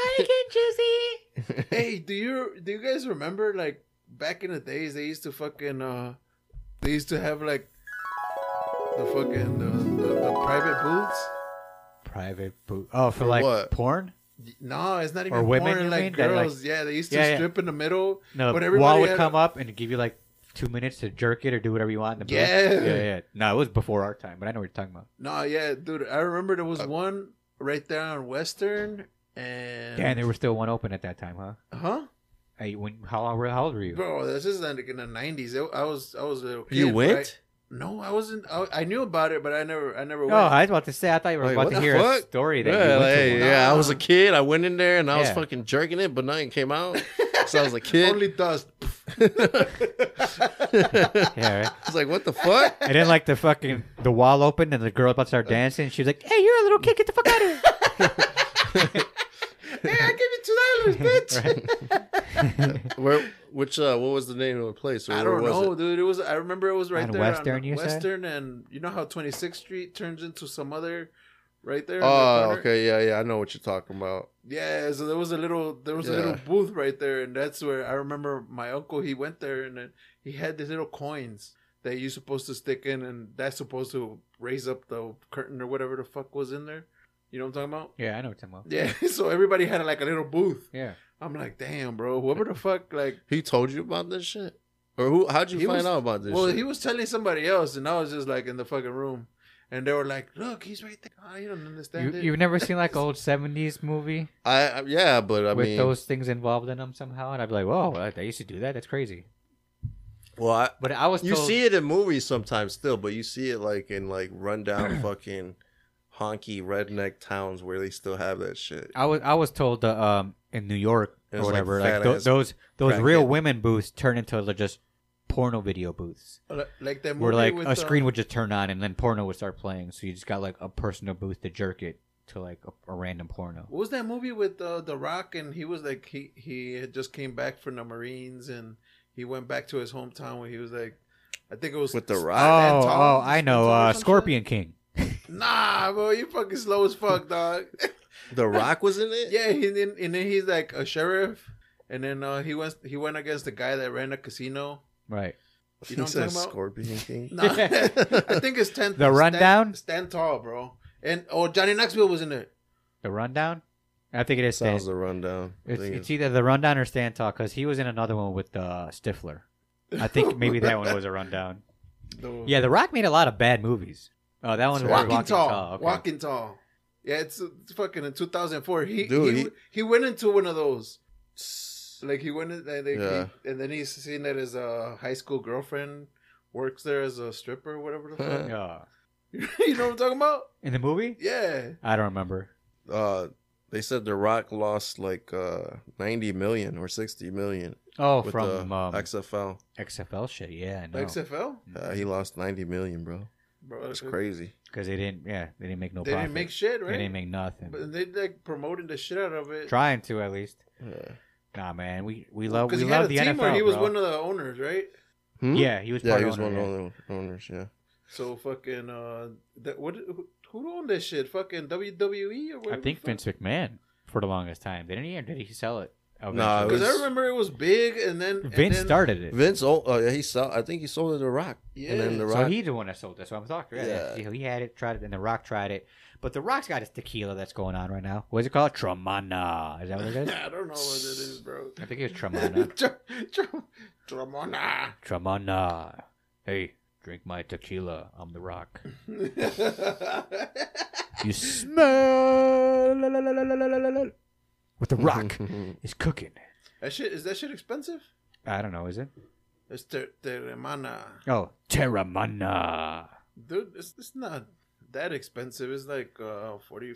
[SPEAKER 2] hey, do you do you guys remember like back in the days they used to fucking uh they used to have like the fucking the, the, the private booths?
[SPEAKER 1] Private boot. Oh, for like
[SPEAKER 3] what?
[SPEAKER 1] porn?
[SPEAKER 2] No, it's not even
[SPEAKER 1] Or women,
[SPEAKER 2] porn,
[SPEAKER 1] you
[SPEAKER 2] like
[SPEAKER 1] mean? They're like-
[SPEAKER 2] girls. yeah, they used to
[SPEAKER 1] Yeah, yeah.
[SPEAKER 2] strip in the middle.
[SPEAKER 1] No,
[SPEAKER 2] but
[SPEAKER 1] the
[SPEAKER 2] everybody
[SPEAKER 1] wall would
[SPEAKER 2] had-
[SPEAKER 1] come up and give you like two minutes to jerk it or do whatever you want in the booth.
[SPEAKER 2] Yeah.
[SPEAKER 1] yeah, yeah. No, it was before our time, but I know what you're talking about.
[SPEAKER 2] No, yeah, dude, I remember there was one right there on Western and
[SPEAKER 1] Damn, there were still one open at that time, huh?
[SPEAKER 2] huh?
[SPEAKER 1] Hey, when how long? How old were you?
[SPEAKER 2] Bro, this is like in the nineties. I was I was a little kid.
[SPEAKER 3] You
[SPEAKER 2] right?
[SPEAKER 3] went?
[SPEAKER 2] No, I wasn't. I, I knew about it, but I never I never
[SPEAKER 1] Oh,
[SPEAKER 2] went.
[SPEAKER 1] I was about to say. I thought you were
[SPEAKER 3] Wait,
[SPEAKER 1] about
[SPEAKER 3] what
[SPEAKER 1] to
[SPEAKER 3] the
[SPEAKER 1] hear a
[SPEAKER 3] fuck?
[SPEAKER 1] story that
[SPEAKER 3] Yeah,
[SPEAKER 1] you
[SPEAKER 3] like,
[SPEAKER 1] went to.
[SPEAKER 3] hey,
[SPEAKER 1] one.
[SPEAKER 3] yeah, I was a kid. I went in there and I was
[SPEAKER 1] Yeah.
[SPEAKER 3] fucking jerking it, but nothing came out. So I was a kid.
[SPEAKER 2] Only dust.
[SPEAKER 1] Yeah, right?
[SPEAKER 3] I was like, what the fuck?
[SPEAKER 1] And then like the fucking the wall opened and the girl about to
[SPEAKER 3] Uh,
[SPEAKER 1] start dancing. She was like, "Hey, you're a little kid. Get the fuck out of here!"
[SPEAKER 2] hey, I give you two dollars, bitch.
[SPEAKER 3] Where? Which? Uh, what was the name of the place? Or
[SPEAKER 2] I
[SPEAKER 3] where
[SPEAKER 2] don't
[SPEAKER 3] was
[SPEAKER 2] know,
[SPEAKER 3] It?
[SPEAKER 2] dude. It was. I remember it was right
[SPEAKER 1] On
[SPEAKER 2] there
[SPEAKER 1] Western,
[SPEAKER 2] on
[SPEAKER 1] you said?
[SPEAKER 2] Western, and you know how 26th Street turns into some other, right there. in the
[SPEAKER 3] Oh,
[SPEAKER 2] corner?
[SPEAKER 3] okay, yeah, yeah. I know what you're talking about.
[SPEAKER 2] Yeah, so there was a little there was a
[SPEAKER 3] Yeah.
[SPEAKER 2] little booth right there, and that's where I remember my uncle. He went there, and then he had these little coins that you're supposed to stick in, and that's supposed to raise up the curtain or whatever the fuck was in there. You know what I'm talking about?
[SPEAKER 1] yeah, I know Tim well.
[SPEAKER 2] Yeah. So everybody had like a little booth.
[SPEAKER 1] Yeah,
[SPEAKER 2] I'm like, damn, bro, whoever the fuck like.
[SPEAKER 3] He told you about this shit, or who? How'd you
[SPEAKER 2] He
[SPEAKER 3] find
[SPEAKER 2] was-
[SPEAKER 3] out about this?
[SPEAKER 2] Well,
[SPEAKER 3] shit?
[SPEAKER 2] he was telling somebody else, and I was just like in the fucking room, and they were like, "Look, he's right there. Oh, you don't
[SPEAKER 1] you
[SPEAKER 2] understand it."
[SPEAKER 1] you've never seen like old '70s movie
[SPEAKER 3] I, I yeah, but I
[SPEAKER 1] with
[SPEAKER 3] mean,
[SPEAKER 1] those things involved in them somehow, and I'd be like, "Whoa, I- they used to do that. That's crazy."
[SPEAKER 3] well, I,
[SPEAKER 1] But I was
[SPEAKER 3] you
[SPEAKER 1] told,
[SPEAKER 3] see it in movies sometimes still, but you see it like in like rundown fucking honky redneck towns where they still have that
[SPEAKER 2] Uh,
[SPEAKER 3] shit.
[SPEAKER 1] I was I was told that um in New York
[SPEAKER 3] It
[SPEAKER 1] or
[SPEAKER 3] was, like,
[SPEAKER 1] whatever, like,
[SPEAKER 3] fat
[SPEAKER 1] tho-
[SPEAKER 3] ass
[SPEAKER 1] those those real
[SPEAKER 3] crackhead.
[SPEAKER 1] women booths turn into the just porno video booths.
[SPEAKER 2] Li- like that movie
[SPEAKER 1] where like
[SPEAKER 2] with
[SPEAKER 1] a
[SPEAKER 2] uh,
[SPEAKER 1] screen would just turn on and then porno would start playing. So you just got like a personal booth to jerk it to like a, a random porno.
[SPEAKER 2] What was that movie with uh, the Rock? And he was like, he he had just came back from the Marines, and he went back to his hometown where he was like, I think it was
[SPEAKER 3] With The
[SPEAKER 1] Oh,
[SPEAKER 3] Rock?
[SPEAKER 2] Stand Tall-
[SPEAKER 1] oh, I
[SPEAKER 2] Stand
[SPEAKER 1] know,
[SPEAKER 2] Tall
[SPEAKER 1] uh,
[SPEAKER 2] or some shit?
[SPEAKER 1] Scorpion King.
[SPEAKER 2] Nah, bro, you fucking slow as fuck, dog.
[SPEAKER 3] The Rock was in it.
[SPEAKER 2] yeah, he, then and then he's like a sheriff, and then uh, he went he went against the guy that ran a casino.
[SPEAKER 1] Right.
[SPEAKER 2] You know
[SPEAKER 3] He
[SPEAKER 2] what
[SPEAKER 3] said
[SPEAKER 2] I'm talking about?
[SPEAKER 3] Scorpion King.
[SPEAKER 2] No, I think it's ten.
[SPEAKER 1] The Rundown?
[SPEAKER 2] Stand, stand tall, bro. And oh, Johnny Knoxville was in it.
[SPEAKER 1] The Rundown. I think it is Stan.
[SPEAKER 3] Sounds the rundown. I
[SPEAKER 1] It's,
[SPEAKER 3] think
[SPEAKER 1] it's either the Rundown or Stan Talk because he was in another one with uh, Stifler. I think maybe that one was a Rundown.
[SPEAKER 2] The-
[SPEAKER 1] Yeah, The Rock made a lot of bad movies. Oh, that one was
[SPEAKER 2] Walking,
[SPEAKER 1] Walking,
[SPEAKER 2] tall.
[SPEAKER 1] okay.
[SPEAKER 2] Walking tall. Yeah, it's, it's fucking in 2004. He
[SPEAKER 3] Dude,
[SPEAKER 2] he, he
[SPEAKER 3] he-
[SPEAKER 2] went into one of those. Like he went in, and, they,
[SPEAKER 3] Yeah.
[SPEAKER 2] he- and then he's seen that his uh, high school girlfriend works there as a stripper, whatever the fuck.
[SPEAKER 1] Yeah.
[SPEAKER 2] you know what I'm talking about?
[SPEAKER 1] In the movie?
[SPEAKER 2] Yeah.
[SPEAKER 1] I don't remember.
[SPEAKER 3] uh, They said The Rock lost like uh, 90 million or 60 million
[SPEAKER 1] Oh,
[SPEAKER 3] with
[SPEAKER 1] from
[SPEAKER 2] uh,
[SPEAKER 3] the
[SPEAKER 1] um,
[SPEAKER 3] XFL.
[SPEAKER 1] XFL shit. Yeah, I know.
[SPEAKER 2] XFL,
[SPEAKER 3] Uh, he lost 90 million, bro.
[SPEAKER 2] bro.
[SPEAKER 3] That's crazy.
[SPEAKER 1] Because they didn't. Yeah, they didn't make no.
[SPEAKER 2] They
[SPEAKER 1] profit.
[SPEAKER 2] didn't make shit, right?
[SPEAKER 1] They didn't make nothing.
[SPEAKER 2] But they like promoting the shit out of it.
[SPEAKER 1] Trying to at least.
[SPEAKER 3] Yeah.
[SPEAKER 1] Nah, man. We we love we
[SPEAKER 2] he
[SPEAKER 1] love
[SPEAKER 2] had a
[SPEAKER 1] the
[SPEAKER 2] team
[SPEAKER 1] NFL.
[SPEAKER 2] or he was
[SPEAKER 1] bro.
[SPEAKER 2] one of the owners, right?
[SPEAKER 3] Hmm?
[SPEAKER 1] yeah, he was.
[SPEAKER 3] Yeah,
[SPEAKER 1] part
[SPEAKER 3] he was
[SPEAKER 1] owner,
[SPEAKER 3] one
[SPEAKER 1] yeah.
[SPEAKER 3] of the owners. Yeah.
[SPEAKER 2] So fucking uh, that what who, who owned that shit? Fucking WWE or what?
[SPEAKER 1] I think Vince McMahon for the longest time. Didn't he? Or did he sell it?
[SPEAKER 3] Nah, it
[SPEAKER 1] eventually?
[SPEAKER 2] Because I
[SPEAKER 3] was-
[SPEAKER 2] remember it was big, and then and
[SPEAKER 1] Vince
[SPEAKER 2] then-
[SPEAKER 1] started it.
[SPEAKER 3] Vince, oh, uh, he sold. I think he sold it to Rock. And then
[SPEAKER 2] Yeah.
[SPEAKER 3] the
[SPEAKER 1] So
[SPEAKER 3] Rock.
[SPEAKER 1] he the one that sold this. So I'm talking. Yeah. He, he had it, tried it, and The Rock tried it. But The Rock's got his tequila that's going on right now. What's it called? Tremana. Is that what it is?
[SPEAKER 2] I don't know what it is, bro.
[SPEAKER 1] I think it was Tremana.
[SPEAKER 2] Dr- Dr- Dramana.
[SPEAKER 1] Tremana. Hey, drink my tequila. I'm The Rock. You smell what
[SPEAKER 3] Mm-hmm.
[SPEAKER 1] The Rock is cooking.
[SPEAKER 2] that shit is that shit expensive?
[SPEAKER 1] I don't know. Is it?
[SPEAKER 2] It's ter- Teremana,
[SPEAKER 1] Oh, Terramana.
[SPEAKER 2] dude. It's, it's not that expensive. It's like uh, 40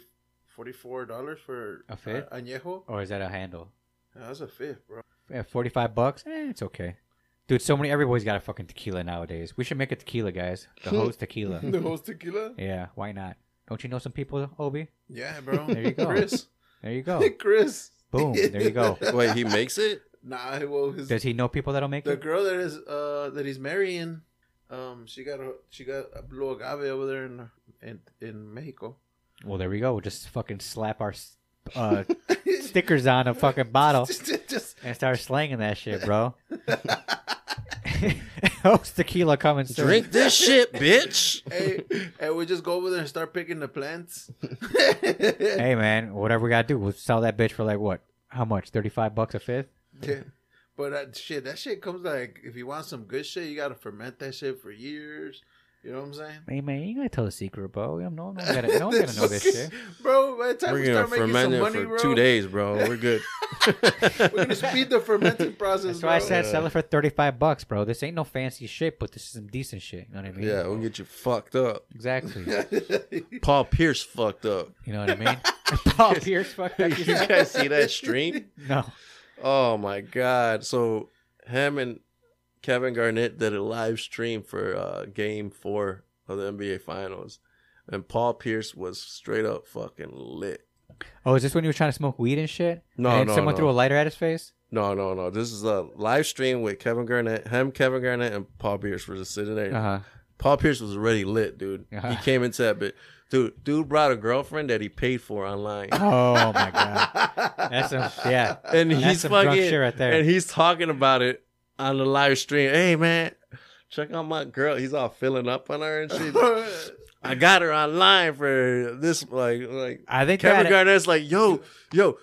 [SPEAKER 2] dollars for
[SPEAKER 1] A fifth? Oh.
[SPEAKER 2] uh, añejo.
[SPEAKER 1] Or is that a handle?
[SPEAKER 2] Yeah, that's a fifth, bro.
[SPEAKER 1] Yeah, forty-five bucks. Eh, it's okay. Dude, so many everybody's got a fucking tequila nowadays. We should make a tequila, guys. The
[SPEAKER 2] Hmm.
[SPEAKER 1] hose tequila.
[SPEAKER 2] The whole tequila.
[SPEAKER 1] Yeah, why not? Don't you know some people, Obi?
[SPEAKER 2] Yeah, bro.
[SPEAKER 1] There you go.
[SPEAKER 2] Chris.
[SPEAKER 1] There you go.
[SPEAKER 2] Chris.
[SPEAKER 1] Boom. There you go.
[SPEAKER 3] Wait, he makes it?
[SPEAKER 2] Nah, well, his,
[SPEAKER 1] Does he know people that'll make
[SPEAKER 2] the
[SPEAKER 1] it?
[SPEAKER 2] girl that is uh that he's marrying, um, she got a she got a blue agave over there in in in Mexico.
[SPEAKER 1] Well, there we go. We'll just fucking slap our s- uh, stickers on a fucking bottle
[SPEAKER 2] just, just-
[SPEAKER 1] and start slanging that shit, bro. Hose tequila coming soon.
[SPEAKER 3] Drink this shit, bitch.
[SPEAKER 2] hey, hey, we just go over there and start picking the plants.
[SPEAKER 1] Hey, man, whatever we gotta do, we'll sell that bitch for like what? How much? Thirty-five bucks a fifth?
[SPEAKER 2] Yeah. But that shit, that shit comes like if you want some good shit, you gotta ferment that shit for years. You know what I'm saying?
[SPEAKER 1] Hey, man, you ain't gotta tell a secret, bro. No, no, one's gonna, no one's gonna know this shit.
[SPEAKER 2] Bro, by the time
[SPEAKER 3] We're
[SPEAKER 2] we
[SPEAKER 3] gonna
[SPEAKER 2] start making
[SPEAKER 3] ferment
[SPEAKER 2] some
[SPEAKER 3] it
[SPEAKER 2] money,
[SPEAKER 3] for
[SPEAKER 2] bro,
[SPEAKER 3] two days, bro. We're good.
[SPEAKER 2] we're gonna speed the fermenting process.
[SPEAKER 1] That's why I
[SPEAKER 2] bro.
[SPEAKER 1] said sell it for thirty-five bucks, bro. This ain't no fancy shit, but this is some decent shit. You know what I mean?
[SPEAKER 3] yeah, we'll get you fucked up.
[SPEAKER 1] Exactly.
[SPEAKER 3] Paul Pierce fucked up.
[SPEAKER 1] You know what I mean? Paul Pierce fucked up.
[SPEAKER 3] You guys see that stream?
[SPEAKER 1] No.
[SPEAKER 3] Oh my god! So him and Kevin Garnett did a live stream for uh, Game Four of the NBA Finals, and Paul Pierce was straight up fucking lit.
[SPEAKER 1] Oh, is this when he was trying to smoke weed and shit?
[SPEAKER 3] No,
[SPEAKER 1] and
[SPEAKER 3] no,
[SPEAKER 1] someone
[SPEAKER 3] no.
[SPEAKER 1] threw a lighter at his face.
[SPEAKER 3] No, no, no. This is a live stream with Kevin Garnett. Him, Kevin Garnett, and Paul Pierce were just sitting there.
[SPEAKER 1] Uh huh.
[SPEAKER 3] Paul Pierce was already lit, dude. He
[SPEAKER 1] Uh-huh.
[SPEAKER 3] came into that bit. Dude, dude brought a girlfriend that he paid for online.
[SPEAKER 1] Oh my god. That's a yeah.
[SPEAKER 3] and
[SPEAKER 1] That's
[SPEAKER 3] he's
[SPEAKER 1] some
[SPEAKER 3] fucking
[SPEAKER 1] drunk shit right there.
[SPEAKER 3] and he's talking about it on the live stream. Hey man, check out my girl. He's all filling up on her and shit. I got her online for this like like
[SPEAKER 1] I think
[SPEAKER 3] Kevin
[SPEAKER 1] that
[SPEAKER 3] Garnett's like, yo, yo,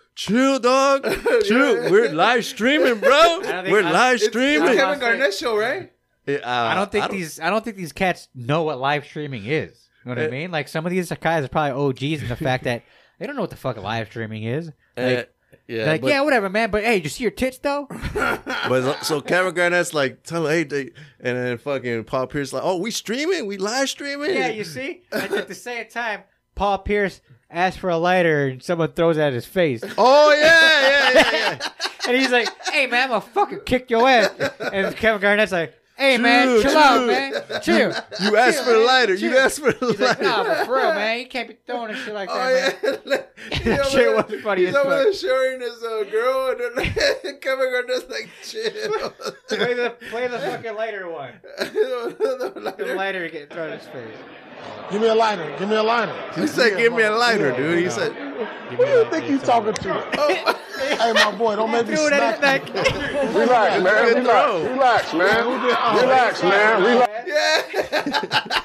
[SPEAKER 3] chill, dog, chill.
[SPEAKER 2] Yeah.
[SPEAKER 3] We're live streaming, bro.
[SPEAKER 1] don't think
[SPEAKER 3] We're
[SPEAKER 1] I-
[SPEAKER 3] live
[SPEAKER 2] It's- It's
[SPEAKER 3] streaming.
[SPEAKER 1] I-
[SPEAKER 2] Kevin Garnett show, right?
[SPEAKER 3] It- uh,
[SPEAKER 1] I don't think these I don't think these cats know what live streaming is. You know what I
[SPEAKER 3] Uh,
[SPEAKER 1] mean? Like some of these guys are probably OGs in the fact that they don't know what the fuck live streaming is. Like,
[SPEAKER 3] uh, yeah,
[SPEAKER 1] like
[SPEAKER 3] but-
[SPEAKER 1] yeah, whatever, man. But hey, did you see your tits though?
[SPEAKER 3] But so- so Kevin Garnett's like, tell her, hey, they, and then fucking Paul Pierce like, oh, we streaming, we live streaming.
[SPEAKER 1] yeah, you see. And at the same time, Paul Pierce asks for a lighter, and someone throws it at his face.
[SPEAKER 3] oh yeah, yeah, yeah, yeah.
[SPEAKER 1] And he's like, "Hey man, I'm gonna fucking kick your ass." And Kevin Garnett's like, "Hey man,
[SPEAKER 3] Dude,
[SPEAKER 1] chill out,
[SPEAKER 3] dude.
[SPEAKER 1] man, chill."
[SPEAKER 3] You asked for a lighter. You
[SPEAKER 1] Chill.
[SPEAKER 3] asked for a
[SPEAKER 1] He's like,
[SPEAKER 3] lighter.
[SPEAKER 1] "Nah, but for real, man, you can't be throwing and shit like that,
[SPEAKER 2] Oh
[SPEAKER 1] man."
[SPEAKER 2] yeah,
[SPEAKER 1] That shit was funny
[SPEAKER 2] He's
[SPEAKER 1] as
[SPEAKER 2] over
[SPEAKER 1] fuck.
[SPEAKER 2] there showing his uh, girl, and then Kevin Garnett's like, chill.
[SPEAKER 1] Play the play the fucking lighter one. The lighter get thrown in his face.
[SPEAKER 5] Give me a liner. Give me a liner.
[SPEAKER 3] He said, "Give me a lighter, dude." He said,
[SPEAKER 5] Who do you think you talking to? hey, my boy, don't make me
[SPEAKER 1] Threw it at his
[SPEAKER 5] smack you.
[SPEAKER 1] neck.
[SPEAKER 6] Relax, man.
[SPEAKER 3] Good
[SPEAKER 6] Relax.
[SPEAKER 3] throw.
[SPEAKER 6] Relax, man. Relax, man. Relax.
[SPEAKER 2] yeah.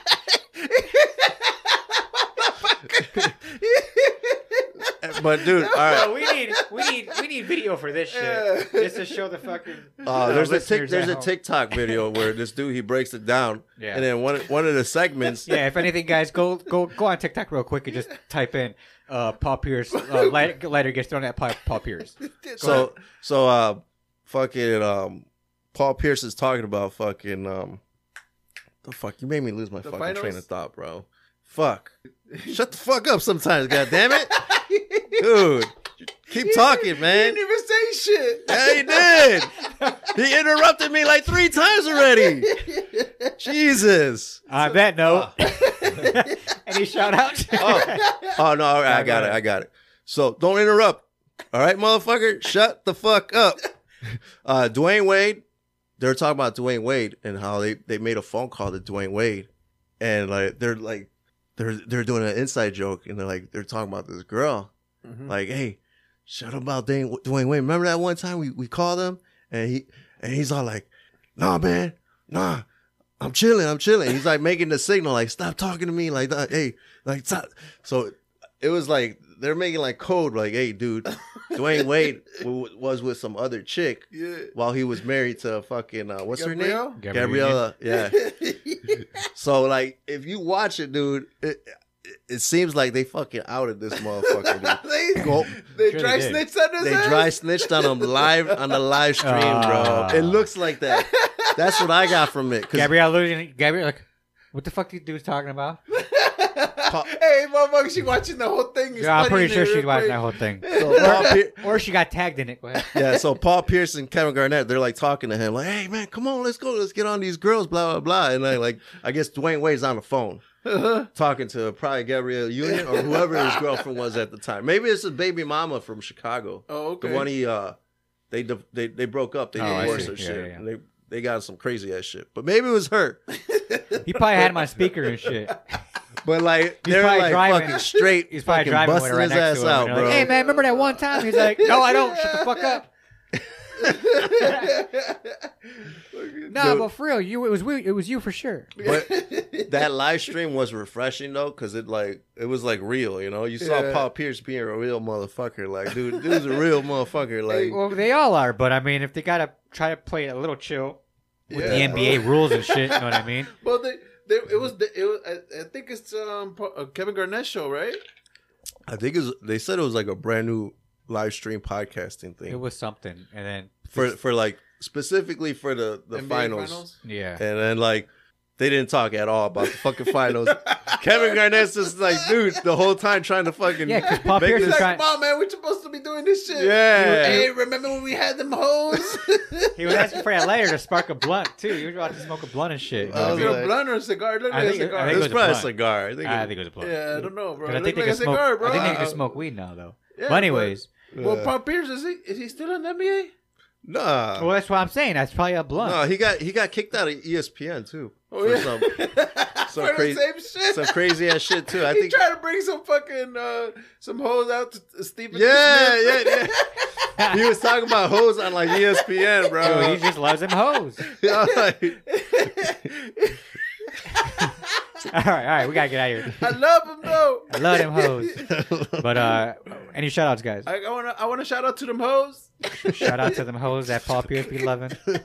[SPEAKER 3] "But dude, all right."
[SPEAKER 1] So we need we need we need video for this shit. Just to show the fucking.
[SPEAKER 3] Uh, there's a tic,
[SPEAKER 1] listeners
[SPEAKER 3] there's
[SPEAKER 1] at
[SPEAKER 3] a
[SPEAKER 1] home.
[SPEAKER 3] TikTok video where this dude he breaks it down,
[SPEAKER 1] Yeah.
[SPEAKER 3] and then one one of the segments,
[SPEAKER 1] Yeah, if anything, guys, go go go on TikTok real quick and just type in uh, Paul Pierce uh, light, lighter gets thrown at Paul, Paul Pierce.
[SPEAKER 3] so so uh, fucking um, Paul Pierce is talking about fucking um, the fuck you made me lose my
[SPEAKER 2] The
[SPEAKER 3] fucking
[SPEAKER 2] finals?
[SPEAKER 3] train of thought, bro. Fuck, shut the fuck up sometimes, god damn it. dude. Keep talking,
[SPEAKER 2] He
[SPEAKER 3] man.
[SPEAKER 2] didn't even say shit.
[SPEAKER 3] Yeah, he did. He interrupted me like three times already. Jesus.
[SPEAKER 1] On that note, any shout outs?
[SPEAKER 3] Ah. Oh, oh no, all right, I got it. I got it. So don't interrupt. All right, motherfucker, shut the fuck up. Uh, Dwayne Wade, they're talking about Dwayne Wade and how they, they made a phone call to Dwayne Wade, and like they're like they're they're doing an inside joke and they're like they're talking about this girl, like hey, shut up about Dwayne, Dwayne Wade. Remember that one time we, we called him and he and he's all like, nah man, nah, I'm chilling, I'm chilling. He's like making the signal like stop talking to me like that. Hey, like stop. So it was like they're making like code like hey dude, Dwayne Wade w- was with some other chick
[SPEAKER 2] Yeah.
[SPEAKER 3] while he was married to fucking uh, what's her name?
[SPEAKER 2] Gabrielle?
[SPEAKER 3] Gabriella. Yeah. so like, if you watch it, dude, it, it- it seems like they fucking outed this motherfucker. Dude.
[SPEAKER 2] they
[SPEAKER 3] Go-
[SPEAKER 2] they
[SPEAKER 1] Sure
[SPEAKER 2] dry
[SPEAKER 1] they did.
[SPEAKER 2] snitched on his
[SPEAKER 3] They
[SPEAKER 2] ass.
[SPEAKER 3] dry snitched on him live on the live stream,
[SPEAKER 1] Ah.
[SPEAKER 3] bro. It looks like that. That's what I got from it. 'cause
[SPEAKER 1] Gabrielle, Luden- Gabrielle, like, what the fuck these dudes talking about?
[SPEAKER 2] hey, motherfucker, she watching the whole thing. He's
[SPEAKER 1] Yeah, I'm pretty
[SPEAKER 2] studying
[SPEAKER 1] sure
[SPEAKER 2] it
[SPEAKER 1] she
[SPEAKER 2] real
[SPEAKER 1] watched
[SPEAKER 2] quick.
[SPEAKER 1] that whole thing.
[SPEAKER 3] so Paul Pier-
[SPEAKER 1] Or she got tagged in it. Go ahead.
[SPEAKER 3] yeah, so Paul Pierce and Kevin Garnett, they're like talking to him, like, "Hey man, come on, let's go, let's get on these girls, blah blah blah." And like, like I guess Dwayne Wade's on the phone talking to probably Gabrielle Union or whoever his girlfriend was at the time. Maybe it's his baby mama from Chicago,
[SPEAKER 2] Oh, okay.
[SPEAKER 3] the one he uh, they di- they they broke up, they
[SPEAKER 1] Oh, I
[SPEAKER 3] divorced
[SPEAKER 1] see.
[SPEAKER 3] or
[SPEAKER 1] Yeah,
[SPEAKER 3] shit.
[SPEAKER 1] yeah, yeah.
[SPEAKER 3] And They they got some crazy ass shit, but maybe it was her.
[SPEAKER 1] He probably had him on speaker and shit.
[SPEAKER 3] But like they're
[SPEAKER 1] probably
[SPEAKER 3] like
[SPEAKER 1] driving.
[SPEAKER 3] fucking straight,
[SPEAKER 1] He's probably
[SPEAKER 3] fucking
[SPEAKER 1] driving with
[SPEAKER 3] busting
[SPEAKER 1] her right
[SPEAKER 3] his
[SPEAKER 1] next
[SPEAKER 3] ass
[SPEAKER 1] to him.
[SPEAKER 3] out,
[SPEAKER 1] and they're
[SPEAKER 3] bro.
[SPEAKER 1] Like, hey man, remember that one time? He's like, no, I don't. Shut the fuck up. No,
[SPEAKER 3] Dude.
[SPEAKER 1] but for real, you it was we, it was you for sure.
[SPEAKER 3] But that live stream was refreshing though, because it like it was like real, you know. You saw
[SPEAKER 2] Yeah.
[SPEAKER 3] Paul Pierce being a real motherfucker, like dude, dude's a real motherfucker, like
[SPEAKER 1] Well, they all are, but I mean, if they gotta try to play it a little chill with
[SPEAKER 2] Yeah.
[SPEAKER 1] the NBA rules and shit, you know what I mean?
[SPEAKER 2] Well, they, they, it was, the, it was I, I think it's um Pa- uh, Kevin Garnett show, right?
[SPEAKER 3] I think it was, they said it was like a brand new live stream podcasting
[SPEAKER 1] It
[SPEAKER 3] thing
[SPEAKER 1] was something, and then
[SPEAKER 3] for for like specifically for the the
[SPEAKER 2] NBA
[SPEAKER 3] finals.
[SPEAKER 1] yeah,
[SPEAKER 3] and then like they didn't talk at all about the fucking finals. Kevin Garnett's just like dude the whole time trying to fucking
[SPEAKER 1] Yeah, 'cause Paul
[SPEAKER 3] make
[SPEAKER 1] Pierce They're
[SPEAKER 2] He's
[SPEAKER 3] this-
[SPEAKER 1] trying-
[SPEAKER 2] like, come on, man, we're supposed to be doing this shit.
[SPEAKER 3] Yeah.
[SPEAKER 2] Hey, remember when we had them hoes?
[SPEAKER 1] he was asking for that later to spark a blunt too. You were about to smoke a blunt and shit. you know
[SPEAKER 3] I
[SPEAKER 1] what I
[SPEAKER 2] was it
[SPEAKER 3] was
[SPEAKER 1] mean?
[SPEAKER 2] a
[SPEAKER 3] Uh, like-
[SPEAKER 2] blunt or a cigar? Look
[SPEAKER 1] I
[SPEAKER 2] at that
[SPEAKER 1] think it- I
[SPEAKER 2] cigar.
[SPEAKER 1] think
[SPEAKER 3] it was
[SPEAKER 1] a
[SPEAKER 3] probably a
[SPEAKER 1] blunt.
[SPEAKER 3] cigar. I think,
[SPEAKER 1] I
[SPEAKER 3] it-
[SPEAKER 1] think it was a blunt.
[SPEAKER 2] yeah, I don't know, bro.
[SPEAKER 1] But
[SPEAKER 2] It
[SPEAKER 1] I think
[SPEAKER 2] looked
[SPEAKER 1] they
[SPEAKER 2] like
[SPEAKER 1] can
[SPEAKER 2] a
[SPEAKER 1] smoke.
[SPEAKER 2] cigar, bro.
[SPEAKER 1] I think they
[SPEAKER 2] Uh,
[SPEAKER 1] can smoke weed now though.
[SPEAKER 2] yeah,
[SPEAKER 1] but anyways,
[SPEAKER 2] Well, Paul Pierce is he is he still in the NBA?
[SPEAKER 3] nah.
[SPEAKER 1] well, that's what I'm saying. That's probably a blunt.
[SPEAKER 3] No, he got he got kicked out of E ESPN too.
[SPEAKER 2] Oh,
[SPEAKER 3] for
[SPEAKER 2] yeah.
[SPEAKER 3] some, some
[SPEAKER 2] For
[SPEAKER 3] crazy
[SPEAKER 2] the same shit.
[SPEAKER 3] some crazy ass shit too. I
[SPEAKER 2] he
[SPEAKER 3] think
[SPEAKER 2] tried to bring some fucking uh, some hoes out to Stephen.
[SPEAKER 3] Yeah,
[SPEAKER 2] Smith.
[SPEAKER 3] yeah, yeah. he was talking about hoes on like E ESPN,
[SPEAKER 1] Dude,
[SPEAKER 3] bro.
[SPEAKER 1] he just loves them hoes.
[SPEAKER 3] I was like,
[SPEAKER 1] all right, all right, we gotta get out of here.
[SPEAKER 2] I love him though.
[SPEAKER 1] I love them hoes. But uh, any shout outs, guys?
[SPEAKER 2] I, I wanna I wanna shout out to them hoes.
[SPEAKER 1] Shout out to them hoes that Paul Pierce be loving.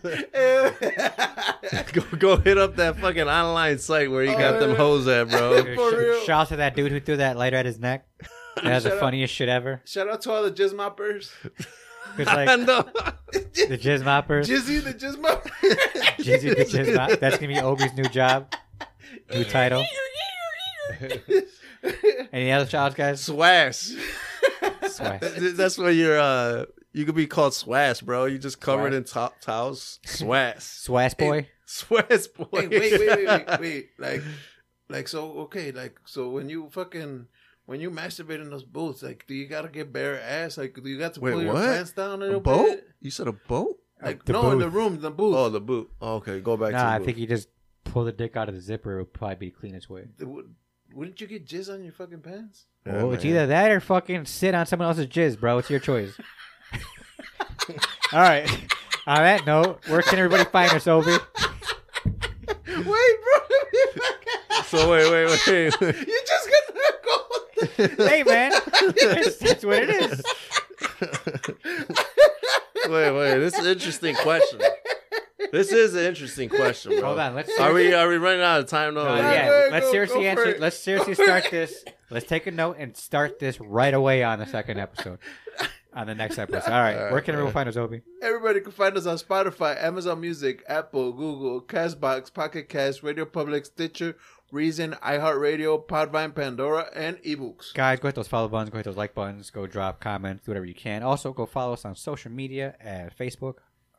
[SPEAKER 3] go, go hit up that fucking online site where he got
[SPEAKER 2] Oh.
[SPEAKER 3] them hoes at, bro.
[SPEAKER 2] For
[SPEAKER 1] Sh-
[SPEAKER 2] real.
[SPEAKER 1] Shout out to that dude who threw that lighter at his neck. That was the
[SPEAKER 2] Shout out.
[SPEAKER 1] funniest shit ever.
[SPEAKER 2] shout out to all the jizz moppers.
[SPEAKER 1] 'Cause, like
[SPEAKER 3] No.
[SPEAKER 1] the jizz moppers,
[SPEAKER 2] Jizzy the jizz mopper.
[SPEAKER 1] Jizzy the jizz mop. That's gonna be Obi's new job, new title. Any other shout outs, guys?
[SPEAKER 3] Swash.
[SPEAKER 1] Swag.
[SPEAKER 3] Th- That's where you're. uh You could be called Swash, bro. You just covered
[SPEAKER 1] Swash.
[SPEAKER 3] in to- towels. Swash.
[SPEAKER 1] Swag boy.
[SPEAKER 3] Swash boy.
[SPEAKER 2] Hey, wait, wait, wait, wait, wait. Like, like so. Okay, like so. When you fucking when you masturbate in those boats, like, do you gotta get bare ass? Like, do you got to
[SPEAKER 3] Wait,
[SPEAKER 2] pull your
[SPEAKER 3] what?
[SPEAKER 2] pants down a
[SPEAKER 3] A
[SPEAKER 2] little
[SPEAKER 3] boat?
[SPEAKER 2] bit?
[SPEAKER 3] You said a boat?
[SPEAKER 2] Like,
[SPEAKER 1] The
[SPEAKER 2] no, in
[SPEAKER 1] booth.
[SPEAKER 2] the room, the booth.
[SPEAKER 3] Oh, the boot. okay, go back
[SPEAKER 1] Nah, I
[SPEAKER 3] to the
[SPEAKER 1] think he just pulled the dick out of the zipper. It would probably be the cleanest way.
[SPEAKER 2] The- wou- Wouldn't you get jizz on your fucking pants?
[SPEAKER 3] Yeah,
[SPEAKER 1] well, it's
[SPEAKER 3] man.
[SPEAKER 1] either that or fucking sit on someone else's jizz, bro. It's your choice. All right. On that note, where can everybody find us, Obi?
[SPEAKER 2] Wait, bro.
[SPEAKER 3] boot. So wait, wait, wait, wait.
[SPEAKER 2] you just gonna go.
[SPEAKER 1] Hey, man. That's, that's what it is.
[SPEAKER 3] Wait, wait. This is an interesting question. This is an interesting question, bro.
[SPEAKER 1] Hold on. Let's
[SPEAKER 3] Are
[SPEAKER 1] seriously-
[SPEAKER 3] we are we running out of time though?
[SPEAKER 1] Uh,
[SPEAKER 2] yeah.
[SPEAKER 1] yeah,
[SPEAKER 2] Go-
[SPEAKER 1] let's
[SPEAKER 2] go
[SPEAKER 1] seriously
[SPEAKER 2] for
[SPEAKER 1] answer.
[SPEAKER 2] it.
[SPEAKER 1] Let's seriously start this. Let's take a note and start this right away on the second episode. on the next episode. All right, where can everyone find us, Obi?
[SPEAKER 2] Everybody can find us on Spotify, Amazon Music, Apple, Google, Castbox, Pocket Cast, Radio Public, Stitcher, Reason, iHeartRadio, Podvine, Pandora, and eBooks.
[SPEAKER 1] Guys, go hit those follow buttons, go hit those like buttons, go drop comments, do whatever you can. Also, go follow us on social media at Facebook,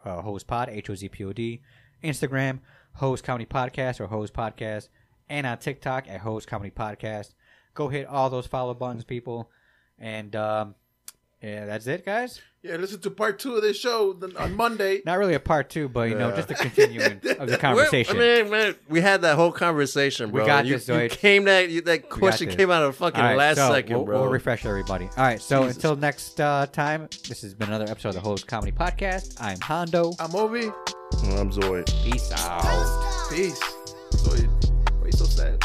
[SPEAKER 1] uh, Hose Pod, H O Z P O D, Instagram, Hose Comedy Podcast or Hose Podcast, and on TikTok at Hose Comedy Podcast. Go hit all those follow buttons, people. And um, yeah, that's it, guys.
[SPEAKER 2] Yeah, listen to part two of this show th- on Monday.
[SPEAKER 1] Not really a part two, but you know, just a continuing of the conversation.
[SPEAKER 3] We're- I mean, man, we had that whole conversation, bro.
[SPEAKER 1] got
[SPEAKER 3] you,
[SPEAKER 1] this,
[SPEAKER 3] you
[SPEAKER 1] Zoid.
[SPEAKER 3] came that you, that question
[SPEAKER 1] this.
[SPEAKER 3] came out of the fucking
[SPEAKER 1] All right,
[SPEAKER 3] last
[SPEAKER 1] so
[SPEAKER 3] 2nd
[SPEAKER 1] we'll,
[SPEAKER 3] bro.
[SPEAKER 1] We'll refresh everybody. All right, so until next uh, time, this has been another episode of the Hose Comedy Podcast. I'm Hondo.
[SPEAKER 2] I'm Ovi.
[SPEAKER 3] I'm Zoid.
[SPEAKER 1] Peace out.
[SPEAKER 2] Peace. So, why you so sad?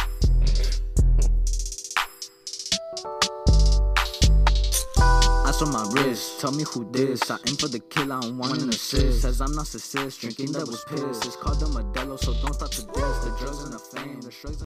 [SPEAKER 7] Ice on my wrist, tell me who this. I aim for the kill, I don't want an assist. Says I'm narcissist, drinking that was piss. It's called the Modelo, so don't talk to this. The drugs and the fame, the shrugs and